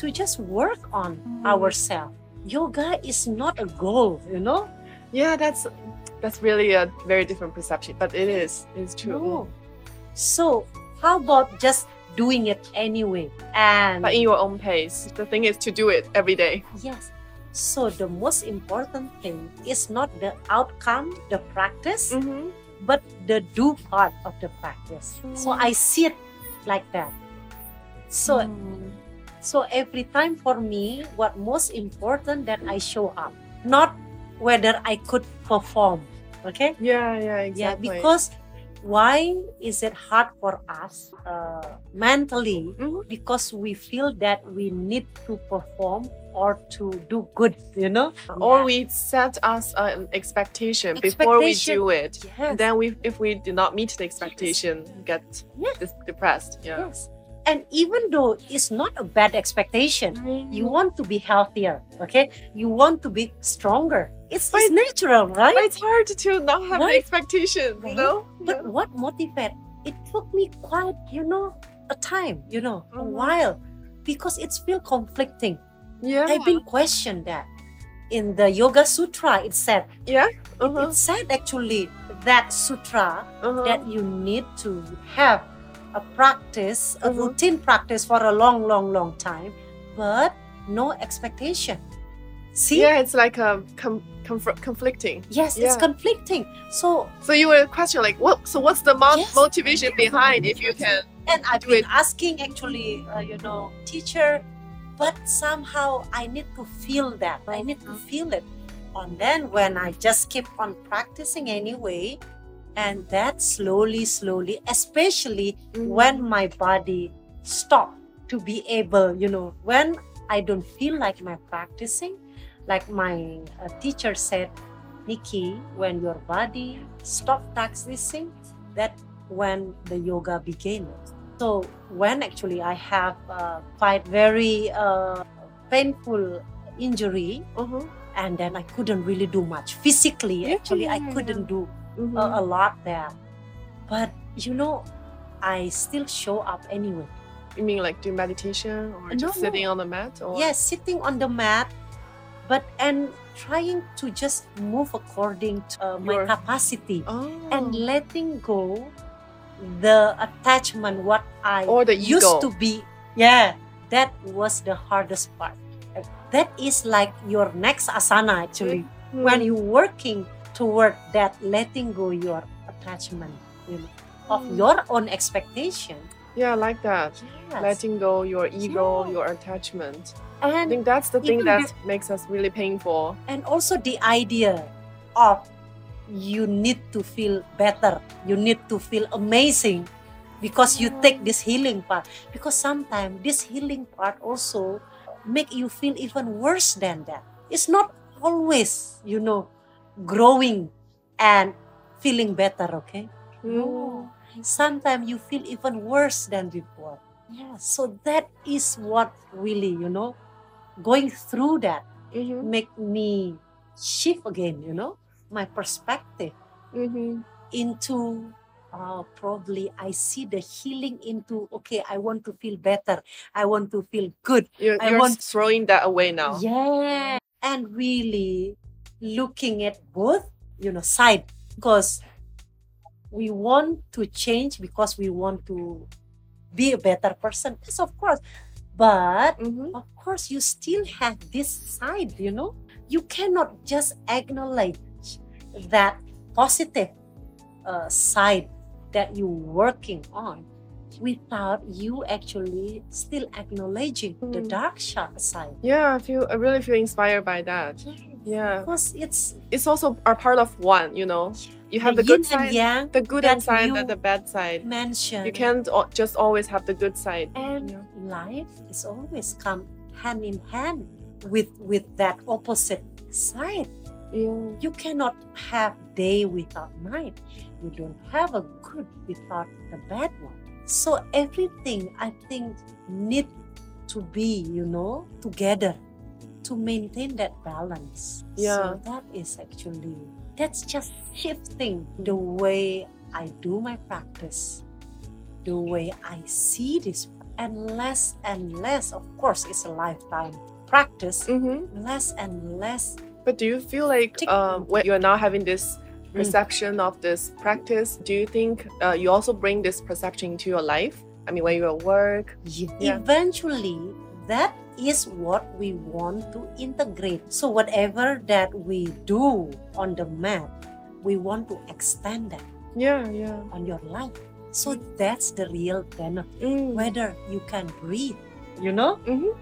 [SPEAKER 2] to just work on
[SPEAKER 1] Mhm.
[SPEAKER 2] ourselves yoga is not a goal you know
[SPEAKER 1] Yeah, that's that's really a very different perception, but it is it's true.
[SPEAKER 2] No. so how about just doing it anyway and
[SPEAKER 1] But in your own pace. The thing is to do it every day.
[SPEAKER 2] yes so the most important thing is not the outcome the practice
[SPEAKER 1] Mm-hmm.
[SPEAKER 2] but the do part of the practice so
[SPEAKER 1] Mm.
[SPEAKER 2] i see it like that so So every time for me, what most important that I show up, not whether I could perform. Okay?
[SPEAKER 1] yeah, yeah,
[SPEAKER 2] Yeah,
[SPEAKER 1] exactly.
[SPEAKER 2] because why is it hard for us uh, mentally?
[SPEAKER 1] Mhm.
[SPEAKER 2] Because we feel that we need to perform or to do good, you know?
[SPEAKER 1] or we set us an expectation, before we
[SPEAKER 2] Expectation.
[SPEAKER 1] do it.
[SPEAKER 2] yes,
[SPEAKER 1] Then we if we do not meet the expectation, we get
[SPEAKER 2] Yes.
[SPEAKER 1] dis- depressed. Yeah.
[SPEAKER 2] yes. And even though it's not a bad expectation,
[SPEAKER 1] Mm-hmm.
[SPEAKER 2] you want to be healthier, okay? You want to be stronger. It's,
[SPEAKER 1] But
[SPEAKER 2] it's natural, right?
[SPEAKER 1] But it's hard to not have the
[SPEAKER 2] Right.
[SPEAKER 1] expectation, you
[SPEAKER 2] Right.
[SPEAKER 1] know? Yeah.
[SPEAKER 2] But what motivated? It took me quite, you know, a time, you know, a
[SPEAKER 1] Mhm.
[SPEAKER 2] while, because it's still conflicting.
[SPEAKER 1] yeah.
[SPEAKER 2] I've been questioned that. In the Yoga Sutra, it said,
[SPEAKER 1] yeah.
[SPEAKER 2] it- it said actually that sutra
[SPEAKER 1] uh-huh.
[SPEAKER 2] that you need to have a practice, a
[SPEAKER 1] Mhm.
[SPEAKER 2] routine practice for a long, long, long time, but no expectation. See?
[SPEAKER 1] yeah, it's like a com- conf- conflicting.
[SPEAKER 2] Yes, it's
[SPEAKER 1] Yeah.
[SPEAKER 2] conflicting. So
[SPEAKER 1] So you were question like, what? So what's the mo-
[SPEAKER 2] Yes.
[SPEAKER 1] motivation behind if you can?
[SPEAKER 2] And I've
[SPEAKER 1] Do
[SPEAKER 2] been
[SPEAKER 1] it.
[SPEAKER 2] asking actually, uh, you know, teacher, but somehow I need to feel that. I need to feel it. And then when I just keep on practicing anyway, and that slowly, slowly, especially when my body stop to be able, you know, when I don't feel like my practicing, like my uh, teacher said, Nikki, when your body stop practicing, that when the yoga began. So when actually I have uh, quite very uh, painful injury,
[SPEAKER 1] Uh-huh.
[SPEAKER 2] and then I couldn't really do much physically.
[SPEAKER 1] Yeah,
[SPEAKER 2] actually, I
[SPEAKER 1] yeah, yeah.
[SPEAKER 2] couldn't do
[SPEAKER 1] Mhm.
[SPEAKER 2] a, a lot there, but you know, I still show up anyway.
[SPEAKER 1] you mean like do meditation or
[SPEAKER 2] No,
[SPEAKER 1] just
[SPEAKER 2] no.
[SPEAKER 1] sitting on the mat? Or?
[SPEAKER 2] Yes, sitting on the mat, but and trying to just move according to uh, my
[SPEAKER 1] Your-
[SPEAKER 2] capacity
[SPEAKER 1] Oh.
[SPEAKER 2] and letting go the attachment what I
[SPEAKER 1] or the ego.
[SPEAKER 2] used to be. Yeah, that was the hardest part. That is like your next asana actually.
[SPEAKER 1] Mhm.
[SPEAKER 2] When you're working toward that letting go your attachment, you know, of
[SPEAKER 1] Mm.
[SPEAKER 2] your own expectation.
[SPEAKER 1] yeah, like that.
[SPEAKER 2] Yes.
[SPEAKER 1] Letting go your ego,
[SPEAKER 2] Yeah.
[SPEAKER 1] your attachment. I
[SPEAKER 2] and
[SPEAKER 1] think that's the thing
[SPEAKER 2] even
[SPEAKER 1] that makes us really painful.
[SPEAKER 2] and also the idea of you need to feel better you need to feel amazing because you take this healing part because sometimes this healing part also make you feel even worse than that it's not always you know growing and feeling better okay
[SPEAKER 1] Mm.
[SPEAKER 2] sometimes you feel even worse than before yeah so that is what really you know going through that
[SPEAKER 1] Mhm.
[SPEAKER 2] make me shift again, you know, my perspective
[SPEAKER 1] Mhm.
[SPEAKER 2] into uh, probably I see the healing into okay, I want to feel better, I want to feel good.
[SPEAKER 1] You're,
[SPEAKER 2] I
[SPEAKER 1] you're
[SPEAKER 2] want-
[SPEAKER 1] throwing that away now.
[SPEAKER 2] Yeah. And really looking at both, you know, side because we want to change because we want to be a better person. Yes, of course. But
[SPEAKER 1] Mhm.
[SPEAKER 2] of course, you still have this side, you know? You cannot just acknowledge that positive uh, side that you're working on without you actually still acknowledging the
[SPEAKER 1] Mm.
[SPEAKER 2] dark sha- side.
[SPEAKER 1] Yeah, I feel I really feel inspired by that. Yeah,
[SPEAKER 2] Because it's
[SPEAKER 1] it's also are part of one. You know, you have the,
[SPEAKER 2] the,
[SPEAKER 1] good
[SPEAKER 2] yin and
[SPEAKER 1] side,
[SPEAKER 2] yang
[SPEAKER 1] the good
[SPEAKER 2] that
[SPEAKER 1] side,
[SPEAKER 2] you
[SPEAKER 1] and the bad side.
[SPEAKER 2] mentioned.
[SPEAKER 1] You can't al- just always have the good side.
[SPEAKER 2] and
[SPEAKER 1] Yeah.
[SPEAKER 2] life is always come hand in hand with with that opposite side
[SPEAKER 1] Yeah.
[SPEAKER 2] you cannot have day without night you don't have a good without the bad one so everything i think need to be you know together to maintain that balance
[SPEAKER 1] Yeah.
[SPEAKER 2] so that is actually that's just shifting the way i do my practice the way i see this and less and less of course it's a lifetime practice
[SPEAKER 1] hmm
[SPEAKER 2] less and less
[SPEAKER 1] But do you feel like
[SPEAKER 2] Tick.
[SPEAKER 1] um, when you are now having this perception of this practice, do you think uh, you also bring this perception into your life? I mean, when you are at work.
[SPEAKER 2] Ye-
[SPEAKER 1] Yeah.
[SPEAKER 2] Eventually, that is what we want to integrate. So, whatever that we do on the mat, we want to extend that
[SPEAKER 1] Yeah, yeah.
[SPEAKER 2] on your life. So, that's the real benefit.
[SPEAKER 1] Mm.
[SPEAKER 2] Whether you can breathe, you know,
[SPEAKER 1] Mhm.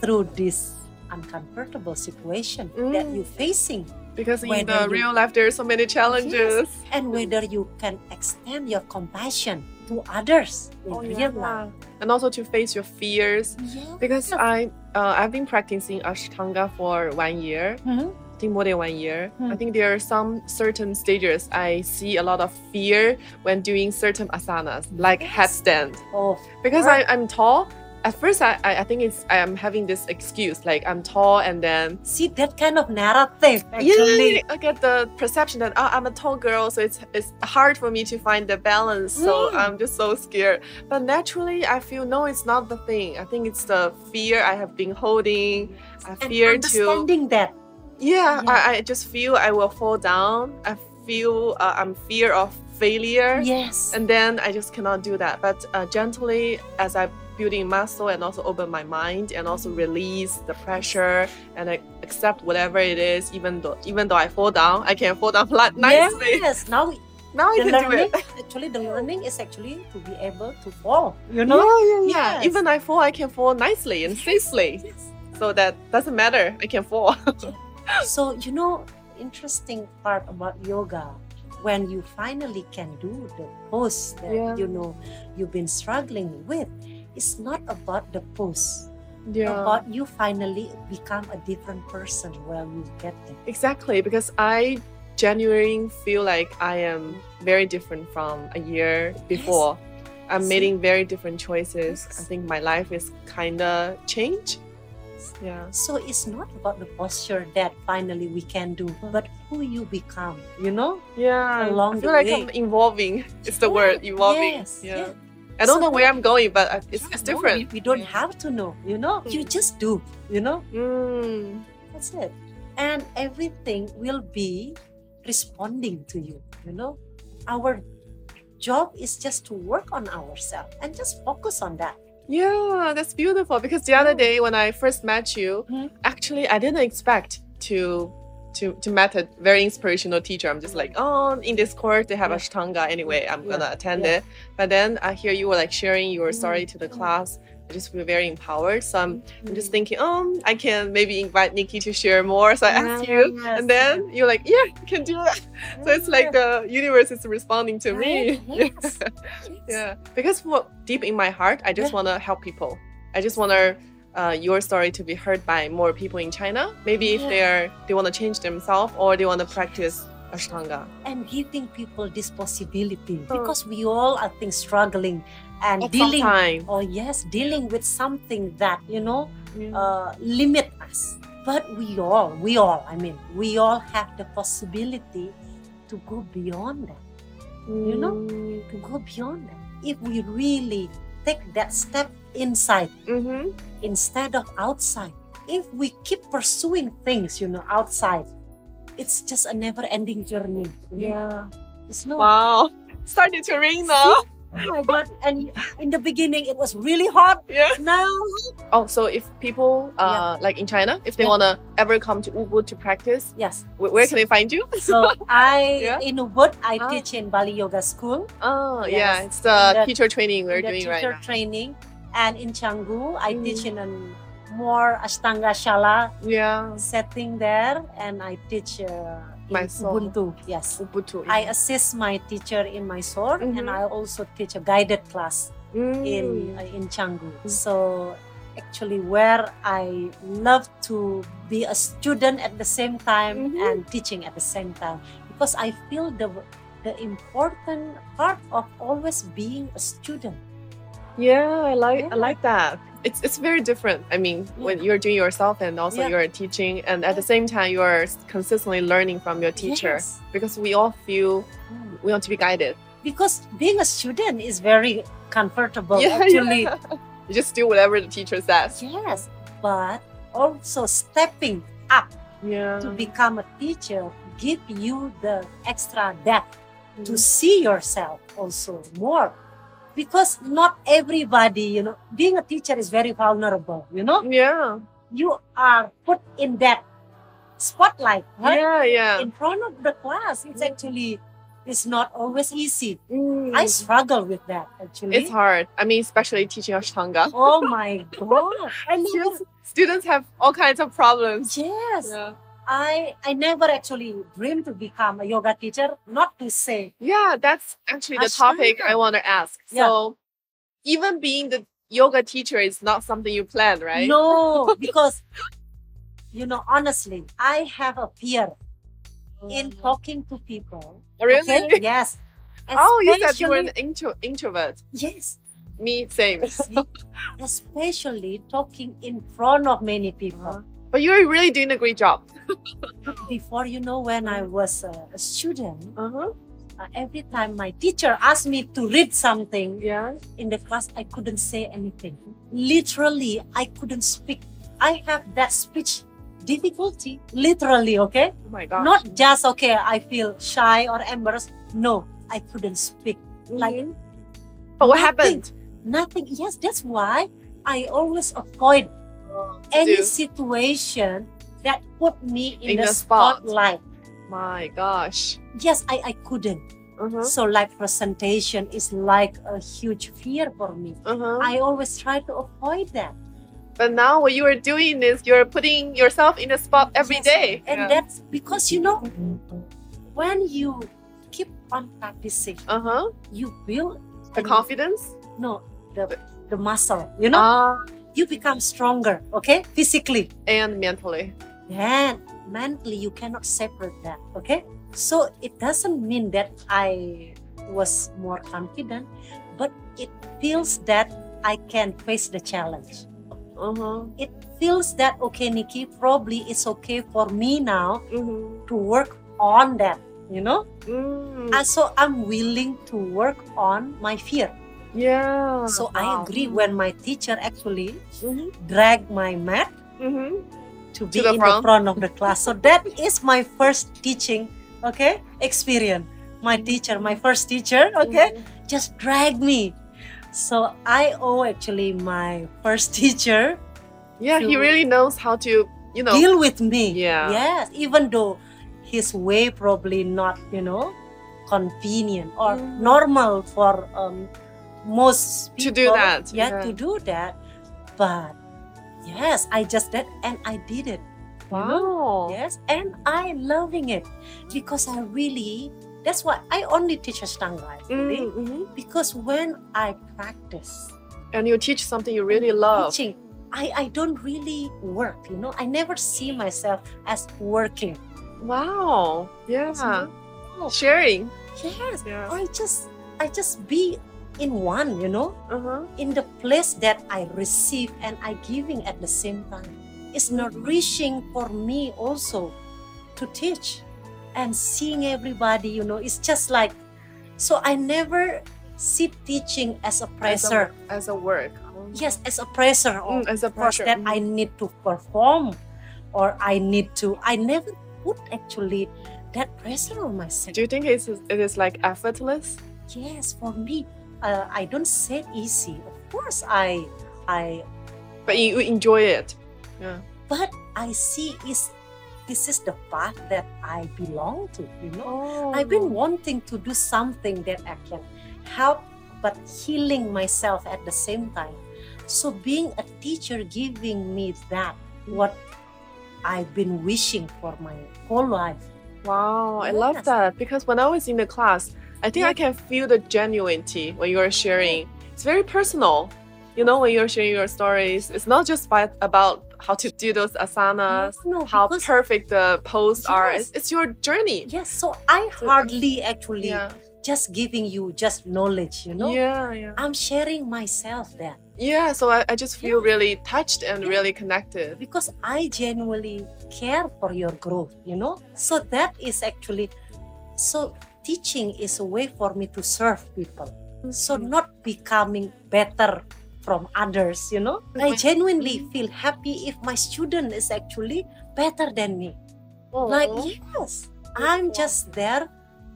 [SPEAKER 2] through this uncomfortable situation that
[SPEAKER 1] Mm.
[SPEAKER 2] you're facing,
[SPEAKER 1] Because in
[SPEAKER 2] whether
[SPEAKER 1] the
[SPEAKER 2] you-
[SPEAKER 1] real life, there are so many challenges.
[SPEAKER 2] and whether you can extend your compassion to others in
[SPEAKER 1] Oh,
[SPEAKER 2] real
[SPEAKER 1] yeah.
[SPEAKER 2] life.
[SPEAKER 1] And also to face your fears.
[SPEAKER 2] Yeah.
[SPEAKER 1] Because I, uh, I've been practicing Ashtanga for one year.
[SPEAKER 2] Mhm.
[SPEAKER 1] I think more than one year. I
[SPEAKER 2] Hmm.
[SPEAKER 1] think there are some certain stages I see a lot of fear when doing certain asanas, like
[SPEAKER 2] Yes.
[SPEAKER 1] headstand.
[SPEAKER 2] Oh,
[SPEAKER 1] because
[SPEAKER 2] Right.
[SPEAKER 1] I, I'm tall. At first, I, I I think it's I'm having this excuse like I'm tall, and then
[SPEAKER 2] see that kind of narrative actually.
[SPEAKER 1] I get the perception that oh, I'm a tall girl, so it's it's hard for me to find the balance. So
[SPEAKER 2] Mm.
[SPEAKER 1] I'm just so scared. But naturally, I feel no, it's not the thing. I think it's the fear I have been holding. I
[SPEAKER 2] and
[SPEAKER 1] fear to
[SPEAKER 2] understanding that
[SPEAKER 1] yeah.
[SPEAKER 2] Yeah.
[SPEAKER 1] I, I just feel I will fall down. I feel uh, I'm fear of failure.
[SPEAKER 2] yes
[SPEAKER 1] and then I just cannot do that. But uh, gently, as I building muscle and also open my mind and also release the pressure and I accept whatever it is, even though even though I fall down, I can fall down flat nicely.
[SPEAKER 2] yes now
[SPEAKER 1] Now I can
[SPEAKER 2] the
[SPEAKER 1] do
[SPEAKER 2] learning
[SPEAKER 1] it.
[SPEAKER 2] actually the learning is actually to be able to fall you
[SPEAKER 1] No,
[SPEAKER 2] know
[SPEAKER 1] yeah, yeah.
[SPEAKER 2] Yes.
[SPEAKER 1] Even I fall, I can fall nicely and safely.
[SPEAKER 2] Yes.
[SPEAKER 1] So that doesn't matter. I can fall.
[SPEAKER 2] so you know interesting part about yoga when you finally can do the pose that
[SPEAKER 1] Yeah.
[SPEAKER 2] you know you've been struggling with it's not about the pose about you finally become a different person when you get there
[SPEAKER 1] Exactly, because I genuinely feel like I am very different from a year before. I'm
[SPEAKER 2] See?
[SPEAKER 1] making very different choices. I
[SPEAKER 2] Yes.
[SPEAKER 1] think my life is kinda changed. Yeah.
[SPEAKER 2] So it's not about the posture that finally we can do, but who you become, you know?
[SPEAKER 1] Yeah.
[SPEAKER 2] Along
[SPEAKER 1] I feel
[SPEAKER 2] the
[SPEAKER 1] like I'm
[SPEAKER 2] way.
[SPEAKER 1] evolving. It's the word evolving.
[SPEAKER 2] Oh, Yes,
[SPEAKER 1] yeah.
[SPEAKER 2] yeah.
[SPEAKER 1] I don't know
[SPEAKER 2] So
[SPEAKER 1] where I'm going, but I- it's,
[SPEAKER 2] Yeah,
[SPEAKER 1] it's
[SPEAKER 2] no,
[SPEAKER 1] different.
[SPEAKER 2] We, we don't
[SPEAKER 1] Yeah.
[SPEAKER 2] have to know, you know? You
[SPEAKER 1] Mm.
[SPEAKER 2] just do, you know?
[SPEAKER 1] Mm.
[SPEAKER 2] That's it. And everything will be responding to you, you know? Our job is just to work on ourselves and just focus on that.
[SPEAKER 1] Yeah, that's beautiful. Because the other
[SPEAKER 2] Mm.
[SPEAKER 1] day when I first met you,
[SPEAKER 2] Mhm.
[SPEAKER 1] actually I didn't expect to to to met a very inspirational teacher. I'm just like, oh, in this course they have
[SPEAKER 2] Yeah.
[SPEAKER 1] Ashtanga anyway. I'm
[SPEAKER 2] Yeah,
[SPEAKER 1] gonna attend
[SPEAKER 2] yeah.
[SPEAKER 1] it. But then I hear you were like sharing your
[SPEAKER 2] Mm,
[SPEAKER 1] story to the
[SPEAKER 2] mm.
[SPEAKER 1] class. I just feel very empowered. So
[SPEAKER 2] Mm-hmm.
[SPEAKER 1] I'm, I'm just thinking, um, I can maybe invite Nikki to share more. So I asked you,
[SPEAKER 2] Yes,
[SPEAKER 1] and then you're like, yeah, you can do that. So it's like the universe is responding to me.
[SPEAKER 2] Right, yes, yes.
[SPEAKER 1] Yeah, because for, deep in my heart, I just
[SPEAKER 2] Yeah.
[SPEAKER 1] want to help people. I just want to uh, your story to be heard by more people in China. Maybe if
[SPEAKER 2] Yeah.
[SPEAKER 1] they're they want to change themselves or they want to practice Ashtanga.
[SPEAKER 2] and giving people this possibility
[SPEAKER 1] Oh.
[SPEAKER 2] because we all I think struggling and
[SPEAKER 1] At some
[SPEAKER 2] dealing
[SPEAKER 1] time.
[SPEAKER 2] or yes dealing with something that you know
[SPEAKER 1] Uh,
[SPEAKER 2] uh, limit us but we all we all I mean we all have the possibility to go beyond that
[SPEAKER 1] you
[SPEAKER 2] know?
[SPEAKER 1] Mm-hmm.
[SPEAKER 2] to go beyond that if we really take that step inside
[SPEAKER 1] hmm
[SPEAKER 2] instead of outside if we keep pursuing things you know outside it's just a never ending journey you know?
[SPEAKER 1] Yeah.
[SPEAKER 2] it's not
[SPEAKER 1] Wow. Started to ring now.
[SPEAKER 2] Oh my god! And in the beginning, it was really hot.
[SPEAKER 1] Yeah.
[SPEAKER 2] Now,
[SPEAKER 1] Oh, so if people uh, like in China, if they
[SPEAKER 2] Yeah.
[SPEAKER 1] wanna ever come to Ubud to practice,
[SPEAKER 2] yes.
[SPEAKER 1] wh- where can they find you?
[SPEAKER 2] So I
[SPEAKER 1] Yeah.
[SPEAKER 2] in Ubud, I
[SPEAKER 1] Ah.
[SPEAKER 2] teach in Bali Yoga School,
[SPEAKER 1] Oh,
[SPEAKER 2] Yes.
[SPEAKER 1] yeah, it's the,
[SPEAKER 2] The-
[SPEAKER 1] teacher training we're
[SPEAKER 2] in the
[SPEAKER 1] doing
[SPEAKER 2] teacher
[SPEAKER 1] right now.
[SPEAKER 2] training, and in Canggu, I
[SPEAKER 1] Mm.
[SPEAKER 2] teach in a more Ashtanga Shala
[SPEAKER 1] Yeah,
[SPEAKER 2] setting there, and I teach uh, in
[SPEAKER 1] My soul.
[SPEAKER 2] Ubuntu. Yes.
[SPEAKER 1] Ubud too.
[SPEAKER 2] I assist my teacher in Mysore, and
[SPEAKER 1] Mhm.
[SPEAKER 2] I also teach a guided class
[SPEAKER 1] Mm.
[SPEAKER 2] in uh, in Canggu. So actually, where I love to be a student at the same time
[SPEAKER 1] Mhm.
[SPEAKER 2] and teaching at the same time, because I feel the the important part of always being a student.
[SPEAKER 1] Yeah, I like
[SPEAKER 2] Yeah.
[SPEAKER 1] I like that. It's it's very different. I mean, when you're doing yourself and also
[SPEAKER 2] Yeah.
[SPEAKER 1] you're teaching, and at the
[SPEAKER 2] Yeah.
[SPEAKER 1] same time you are s- consistently learning from your teacher
[SPEAKER 2] Yes.
[SPEAKER 1] because we all feel
[SPEAKER 2] Mm.
[SPEAKER 1] we want to be guided.
[SPEAKER 2] Because being a student is very comfortable.
[SPEAKER 1] Yeah,
[SPEAKER 2] actually,
[SPEAKER 1] yeah. You just do whatever the teacher says.
[SPEAKER 2] yes, but also stepping up
[SPEAKER 1] Yeah.
[SPEAKER 2] to become a teacher give you the extra depth
[SPEAKER 1] Mm-hmm.
[SPEAKER 2] to see yourself also more because not everybody you know being a teacher is very vulnerable you know
[SPEAKER 1] Yeah.
[SPEAKER 2] you are put in that spotlight right?
[SPEAKER 1] Yeah. Yeah.
[SPEAKER 2] in front of the class it's actually it's not always easy
[SPEAKER 1] Mm.
[SPEAKER 2] i struggle with that actually
[SPEAKER 1] It's hard. I mean, especially teaching Ashtanga.
[SPEAKER 2] oh my god i never,
[SPEAKER 1] Students, students have all kinds of problems.
[SPEAKER 2] yes
[SPEAKER 1] Yeah.
[SPEAKER 2] i i never actually dreamed to become a yoga teacher not to say
[SPEAKER 1] Yeah, that's actually the topic I
[SPEAKER 2] Ashtanga.
[SPEAKER 1] want to ask.
[SPEAKER 2] Yeah.
[SPEAKER 1] So, even being the yoga teacher is not something you plan, right?
[SPEAKER 2] No, because you know, honestly, I have a fear in talking to people.
[SPEAKER 1] Mm-hmm. Really?
[SPEAKER 2] Okay? Yes.
[SPEAKER 1] Oh, you said you were an
[SPEAKER 2] Especially-
[SPEAKER 1] intro- introvert.
[SPEAKER 2] yes.
[SPEAKER 1] Me, same.
[SPEAKER 2] see? Especially talking in front of many people.
[SPEAKER 1] But you're really doing a great job.
[SPEAKER 2] Before you know, when I was a, a student,
[SPEAKER 1] Uh-huh.
[SPEAKER 2] uh, every time my teacher asked me to read something
[SPEAKER 1] Yeah.
[SPEAKER 2] in the class, I couldn't say anything. Literally, I couldn't speak. I have that speech difficulty. Literally, okay.
[SPEAKER 1] Oh my god.
[SPEAKER 2] not just okay i feel shy or embarrassed no i couldn't speak like
[SPEAKER 1] Mm-hmm. But what
[SPEAKER 2] nothing.
[SPEAKER 1] happened?
[SPEAKER 2] nothing yes that's why i always avoid
[SPEAKER 1] Oh,
[SPEAKER 2] any
[SPEAKER 1] do.
[SPEAKER 2] situation that put me
[SPEAKER 1] In
[SPEAKER 2] in, the
[SPEAKER 1] the spot.
[SPEAKER 2] spotlight
[SPEAKER 1] My gosh.
[SPEAKER 2] yes i, I couldn't
[SPEAKER 1] Uh-huh.
[SPEAKER 2] so like presentation is like a huge fear for me
[SPEAKER 1] Uh-huh.
[SPEAKER 2] i always try to avoid that
[SPEAKER 1] But now what you are doing is you're putting yourself in the spot every
[SPEAKER 2] Yes.
[SPEAKER 1] day.
[SPEAKER 2] and
[SPEAKER 1] Yeah.
[SPEAKER 2] that's because you know when you keep on practicing
[SPEAKER 1] uh-huh.
[SPEAKER 2] you build
[SPEAKER 1] The
[SPEAKER 2] an
[SPEAKER 1] confidence.
[SPEAKER 2] no the the muscle you know
[SPEAKER 1] Uh,
[SPEAKER 2] you become stronger okay physically
[SPEAKER 1] and mentally.
[SPEAKER 2] and mentally you cannot separate that okay so it doesn't mean that i was more confident but it feels that i can face the challenge
[SPEAKER 1] Uh-huh.
[SPEAKER 2] it feels that okay nikki probably it's okay for me now
[SPEAKER 1] Mm-hmm.
[SPEAKER 2] to work on that you know
[SPEAKER 1] Mm.
[SPEAKER 2] and so i'm willing to work on my fear
[SPEAKER 1] yeah.
[SPEAKER 2] so i agree when my teacher actually
[SPEAKER 1] Mhm.
[SPEAKER 2] dragged my mat
[SPEAKER 1] Mm-hmm.
[SPEAKER 2] to be
[SPEAKER 1] the
[SPEAKER 2] in the
[SPEAKER 1] front.
[SPEAKER 2] front of the class. So that is my first teaching, okay, experience. My teacher, my first teacher, okay,
[SPEAKER 1] Mm-hmm.
[SPEAKER 2] just drag me. So I owe actually my first teacher
[SPEAKER 1] Yeah, he
[SPEAKER 2] to-
[SPEAKER 1] really knows how to, you know.
[SPEAKER 2] deal with me.
[SPEAKER 1] Yeah.
[SPEAKER 2] Yes, even though his way probably not, you know, convenient or
[SPEAKER 1] Mm.
[SPEAKER 2] normal for um, most
[SPEAKER 1] To
[SPEAKER 2] people.
[SPEAKER 1] do that,
[SPEAKER 2] Yeah,
[SPEAKER 1] yeah.
[SPEAKER 2] to do that. But yes, I just did and I did it. you
[SPEAKER 1] Wow.
[SPEAKER 2] know? Yes, and I loving it because I really that's why I only teach Ashtanga actually
[SPEAKER 1] Mm-hmm.
[SPEAKER 2] because when I practice
[SPEAKER 1] And you teach something you really love.
[SPEAKER 2] teaching, I I don't really work. You know, I never see myself as working.
[SPEAKER 1] Wow. Yeah.
[SPEAKER 2] Wow.
[SPEAKER 1] Sharing.
[SPEAKER 2] Yes,
[SPEAKER 1] Mm-hmm. Yeah.
[SPEAKER 2] I just I just be in one. You know,
[SPEAKER 1] Uh-huh.
[SPEAKER 2] in the place that I receive and I giving at the same time. It's nourishing for me also to teach and seeing everybody, you know, it's just like so I never see teaching as a pressure.
[SPEAKER 1] As a work.
[SPEAKER 2] yes, as a pressure or
[SPEAKER 1] Mm, as a
[SPEAKER 2] course
[SPEAKER 1] pressure.
[SPEAKER 2] that I need to perform or I need to I never put actually that pressure on myself.
[SPEAKER 1] Do you think it's, it is like effortless?
[SPEAKER 2] Yes, for me, uh, I don't say it easy. Of course, I, I,
[SPEAKER 1] But you, you enjoy it.
[SPEAKER 2] but I see is this is the path that I belong to. You know,
[SPEAKER 1] Oh.
[SPEAKER 2] I've been wanting to do something that I can help, but healing myself at the same time. So being a teacher giving me that what I've been wishing for my whole life.
[SPEAKER 1] Wow, I
[SPEAKER 2] Yes.
[SPEAKER 1] love that because when I was in the class, I think I
[SPEAKER 2] Yeah.
[SPEAKER 1] can feel the genuinity when you're sharing. It's very personal, you know, when you're sharing your stories. It's not just by, about how to do those asanas,
[SPEAKER 2] No, no,
[SPEAKER 1] Uh, how
[SPEAKER 2] because-
[SPEAKER 1] perfect the poses are. It's,
[SPEAKER 2] Yes.
[SPEAKER 1] it's your journey.
[SPEAKER 2] Yes, so I
[SPEAKER 1] So-
[SPEAKER 2] hardly actually
[SPEAKER 1] Yeah,
[SPEAKER 2] just giving you just knowledge, you know.
[SPEAKER 1] yeah, yeah.
[SPEAKER 2] I'm sharing myself there
[SPEAKER 1] Yeah, so I, I just feel really touched and
[SPEAKER 2] Yeah.
[SPEAKER 1] really connected.
[SPEAKER 2] because I genuinely care for your growth, you know. So that is actually so teaching is a way for me to serve people. So
[SPEAKER 1] Mm-hmm.
[SPEAKER 2] not becoming better from others, you know. I genuinely feel happy if my student is actually better than me.
[SPEAKER 1] Oh,
[SPEAKER 2] Like
[SPEAKER 1] Aw.
[SPEAKER 2] yes, I'm just there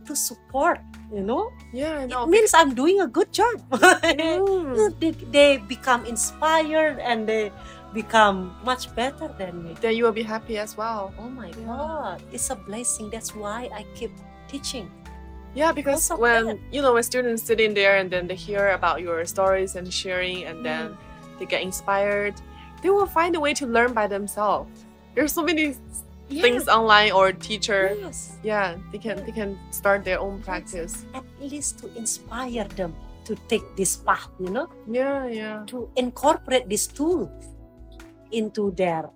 [SPEAKER 2] to support, you know.
[SPEAKER 1] yeah, I know.
[SPEAKER 2] it means I'm doing a good job.
[SPEAKER 1] Mm.
[SPEAKER 2] they, they become inspired and they become much better than me.
[SPEAKER 1] Then you will be happy as well.
[SPEAKER 2] Oh my
[SPEAKER 1] Yeah.
[SPEAKER 2] God, it's a blessing. That's why I keep teaching.
[SPEAKER 1] Yeah, because
[SPEAKER 2] so
[SPEAKER 1] when
[SPEAKER 2] good.
[SPEAKER 1] you know when students sitting there and then they hear about your stories and sharing and then
[SPEAKER 2] Mm.
[SPEAKER 1] they get inspired, they will find a way to learn by themselves. There's so many things online or teacher.
[SPEAKER 2] Yes.
[SPEAKER 1] Yeah, they can they can start their own practice.
[SPEAKER 2] At least to inspire them to take this path, you know,
[SPEAKER 1] Yeah, yeah.
[SPEAKER 2] to incorporate this tool into their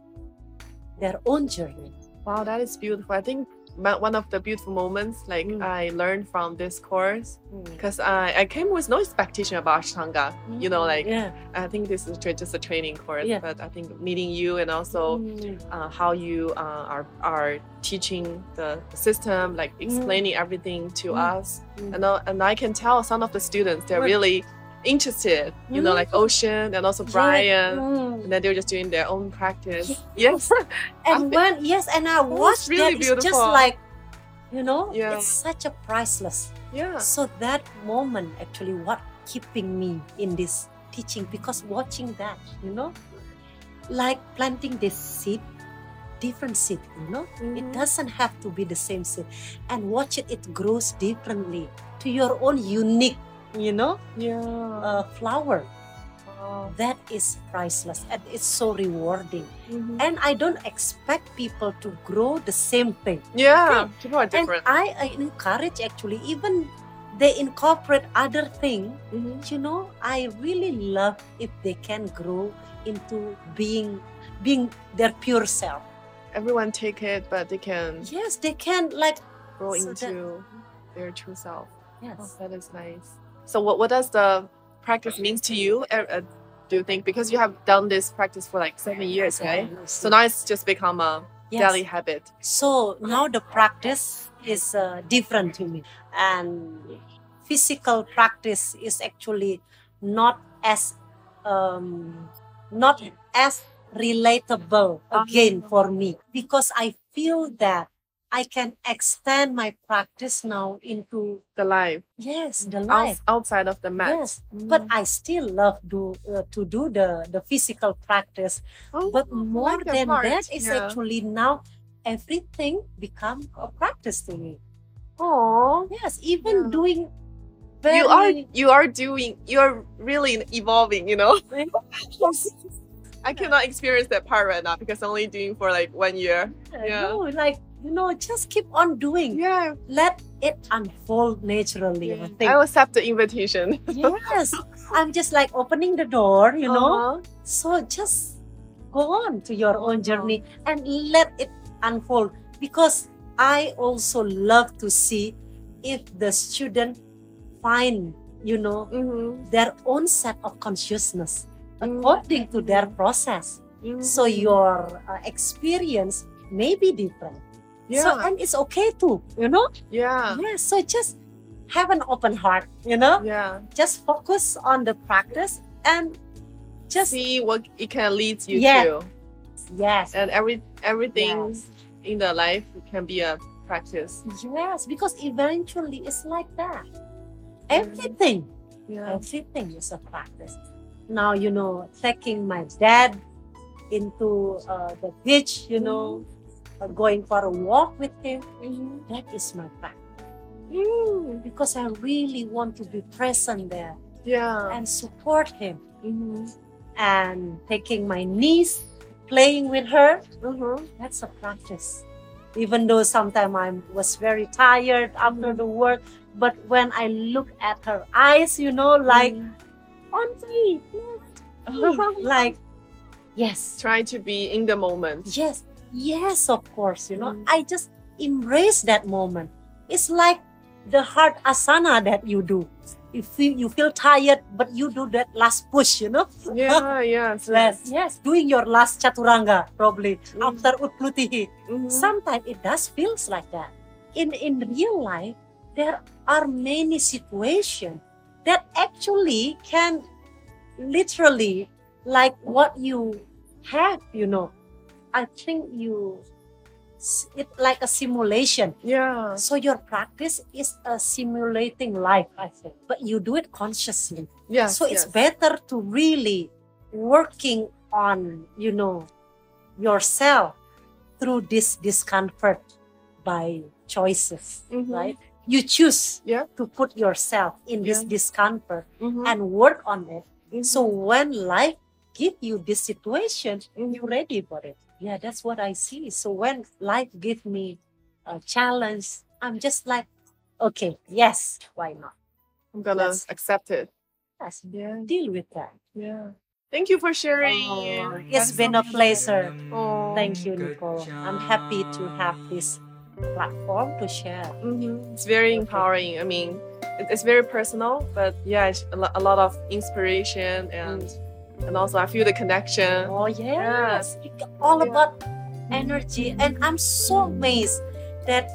[SPEAKER 2] their own journey.
[SPEAKER 1] Wow, that is beautiful. I think my, one of the beautiful moments like
[SPEAKER 2] Mm.
[SPEAKER 1] I learned from this course because I, I came with no expectation about Ashtanga. You know, like
[SPEAKER 2] Mm. yeah.
[SPEAKER 1] I think this is tra- just a training course,
[SPEAKER 2] Yeah.
[SPEAKER 1] but I think meeting you and also.
[SPEAKER 2] Mm.
[SPEAKER 1] uh, how you uh, are, are teaching the system, like explaining everything to
[SPEAKER 2] Mm.
[SPEAKER 1] us.
[SPEAKER 2] Mm.
[SPEAKER 1] And, uh, and I can tell some of the students, they're
[SPEAKER 2] Right.
[SPEAKER 1] really interested, you know, like
[SPEAKER 2] Mm.
[SPEAKER 1] Ocean and also
[SPEAKER 2] Yeah.
[SPEAKER 1] Brian.
[SPEAKER 2] Mm.
[SPEAKER 1] And then they're just doing their own practice. Yes.
[SPEAKER 2] And
[SPEAKER 1] I think-
[SPEAKER 2] when yes, and I watched
[SPEAKER 1] really
[SPEAKER 2] that, Oh, it's just
[SPEAKER 1] beautiful.
[SPEAKER 2] like, you know,
[SPEAKER 1] Yeah.
[SPEAKER 2] it's such a priceless.
[SPEAKER 1] yeah.
[SPEAKER 2] So that moment actually what keeping me in this teaching because watching that, you know, like planting this seed, different seed, you know, it
[SPEAKER 1] Mhm.
[SPEAKER 2] doesn't have to be the same seed, and watch it, it grows differently to your own unique, you know,
[SPEAKER 1] Yeah.
[SPEAKER 2] uh, flower.
[SPEAKER 1] Wow.
[SPEAKER 2] That is priceless, and it's so rewarding
[SPEAKER 1] Mhm.
[SPEAKER 2] and I don't expect people to grow the same thing.
[SPEAKER 1] yeah. People are
[SPEAKER 2] And
[SPEAKER 1] different.
[SPEAKER 2] I, I encourage actually, even they incorporate other thing.
[SPEAKER 1] Mhm.
[SPEAKER 2] You know, I really love if they can grow into being being their pure self.
[SPEAKER 1] Everyone take it, but they can
[SPEAKER 2] Yes, they can like
[SPEAKER 1] grow
[SPEAKER 2] So that-
[SPEAKER 1] into their true self. Oh,
[SPEAKER 2] yes.
[SPEAKER 1] that is nice. So, what, what does the practice means to you? Uh, uh, do you think because you have done this practice for like seven years, right? So now it's just become a
[SPEAKER 2] yes.
[SPEAKER 1] daily habit.
[SPEAKER 2] So now the practice is uh, different to me. And physical practice is actually not as um, not as relatable again for me because I feel that I can extend my practice now into
[SPEAKER 1] The life,
[SPEAKER 2] yes the
[SPEAKER 1] outs-
[SPEAKER 2] life
[SPEAKER 1] outside of the mat. Mm.
[SPEAKER 2] yes but I still love do uh, to do the the physical practice
[SPEAKER 1] Oh,
[SPEAKER 2] but
[SPEAKER 1] I
[SPEAKER 2] more
[SPEAKER 1] like
[SPEAKER 2] than
[SPEAKER 1] part.
[SPEAKER 2] that is
[SPEAKER 1] yeah.
[SPEAKER 2] actually now everything become a practice to me.
[SPEAKER 1] Aw.
[SPEAKER 2] Yes, even
[SPEAKER 1] Yeah.
[SPEAKER 2] doing very
[SPEAKER 1] You are you are doing you are really evolving. You know, I cannot experience that part right now because I'm only doing for like one year. yeah.
[SPEAKER 2] no, like you know, just keep on doing.
[SPEAKER 1] Yeah,
[SPEAKER 2] Let it unfold naturally. I think.
[SPEAKER 1] I accept the invitation.
[SPEAKER 2] yes, I'm just like opening the door, you
[SPEAKER 1] Uh-huh.
[SPEAKER 2] know. So just go on to your own journey and let it unfold because I also love to see if the student find, you know,
[SPEAKER 1] Mhm.
[SPEAKER 2] their own set of consciousness
[SPEAKER 1] Mm.
[SPEAKER 2] according to their process.
[SPEAKER 1] Mhm.
[SPEAKER 2] So your uh, experience may be different.
[SPEAKER 1] yeah,
[SPEAKER 2] So and it's okay too, you know?
[SPEAKER 1] yeah,
[SPEAKER 2] Yeah, so just have an open heart, you know?
[SPEAKER 1] yeah.
[SPEAKER 2] Just focus on the practice and just
[SPEAKER 1] see what it can lead you to.
[SPEAKER 2] Yeah. yes.
[SPEAKER 1] And every everything
[SPEAKER 2] Yes.
[SPEAKER 1] in the life can be a practice.
[SPEAKER 2] Yes, because eventually it's like that. Everything
[SPEAKER 1] Yeah.
[SPEAKER 2] Everything is a practice. Now, you know, taking my dad into uh, the beach, you know, uh, going for a walk with him, that is my practice.
[SPEAKER 1] Mm.
[SPEAKER 2] Because I really want to be present there
[SPEAKER 1] Yeah.
[SPEAKER 2] and support him.
[SPEAKER 1] Mm-hmm.
[SPEAKER 2] And taking my niece, playing with her,
[SPEAKER 1] Uh-huh.
[SPEAKER 2] that's a practice. Even though sometimes I was very tired after the work, but when I look at her eyes, you know, like,
[SPEAKER 1] Mm.
[SPEAKER 2] auntie,
[SPEAKER 1] Mm-hmm.
[SPEAKER 2] like, yes,
[SPEAKER 1] Try to be in the moment.
[SPEAKER 2] yes, yes, of course, you know, I just embrace that moment. It's like the heart asana that you do. You feel, you feel tired, but you do that last push, you know?
[SPEAKER 1] Yeah, yes.
[SPEAKER 2] Yes, yes, doing your last chaturanga probably
[SPEAKER 1] Mm.
[SPEAKER 2] after Utplutihi.
[SPEAKER 1] Mhm.
[SPEAKER 2] Sometimes it does feels like that. In in real life, there are many situations that actually can literally like what you have, you know. I think you s- it like a simulation.
[SPEAKER 1] Yeah.
[SPEAKER 2] So your practice is a simulating life, I think. But you do it consciously
[SPEAKER 1] Yes.
[SPEAKER 2] so it's
[SPEAKER 1] yes.
[SPEAKER 2] better to really working on you know yourself through this discomfort by choices
[SPEAKER 1] Mhm.
[SPEAKER 2] right you choose
[SPEAKER 1] Yeah.
[SPEAKER 2] to put yourself in this
[SPEAKER 1] Yeah.
[SPEAKER 2] discomfort
[SPEAKER 1] Mhm.
[SPEAKER 2] and work on it
[SPEAKER 1] Mhm.
[SPEAKER 2] so when life give you this situation
[SPEAKER 1] Mhm.
[SPEAKER 2] you ready for it yeah that's what i see so when life give me a challenge i'm just like okay yes why not
[SPEAKER 1] I'm gonna
[SPEAKER 2] Yes.
[SPEAKER 1] accept it.
[SPEAKER 2] yes
[SPEAKER 1] Yeah.
[SPEAKER 2] deal with that
[SPEAKER 1] Yeah. Thank you for sharing.
[SPEAKER 2] Oh,
[SPEAKER 1] That's
[SPEAKER 2] it's been
[SPEAKER 1] so
[SPEAKER 2] a pleasure.
[SPEAKER 1] Oh,
[SPEAKER 2] Thank you, Nicole. I'm happy to have this platform to share.
[SPEAKER 1] Mhm. It's very empowering. I mean, it- it's very personal, but yeah, it's a lo- a lot of inspiration and and also I feel the connection.
[SPEAKER 2] Oh, yes. It's all
[SPEAKER 1] Yeah.
[SPEAKER 2] about energy. And I'm so amazed that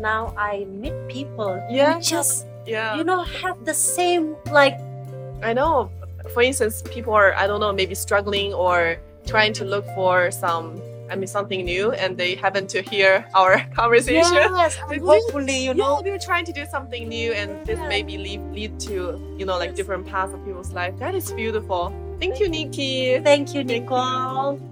[SPEAKER 2] now I meet people
[SPEAKER 1] Yeah.
[SPEAKER 2] who just,
[SPEAKER 1] Yeah,
[SPEAKER 2] you know, have the same, like,
[SPEAKER 1] I know. For instance, people are I don't know maybe struggling or trying to look for some I mean something new, and they happen to hear our conversation.
[SPEAKER 2] yes, and
[SPEAKER 1] They-
[SPEAKER 2] hopefully, you know,
[SPEAKER 1] yeah, they're trying to do something new, and this
[SPEAKER 2] Yeah.
[SPEAKER 1] maybe lead lead to you know like
[SPEAKER 2] Yes.
[SPEAKER 1] different paths of people's life. That is beautiful. Thank you, Nikki.
[SPEAKER 2] Thank you,
[SPEAKER 1] Thank you.
[SPEAKER 2] Nicole.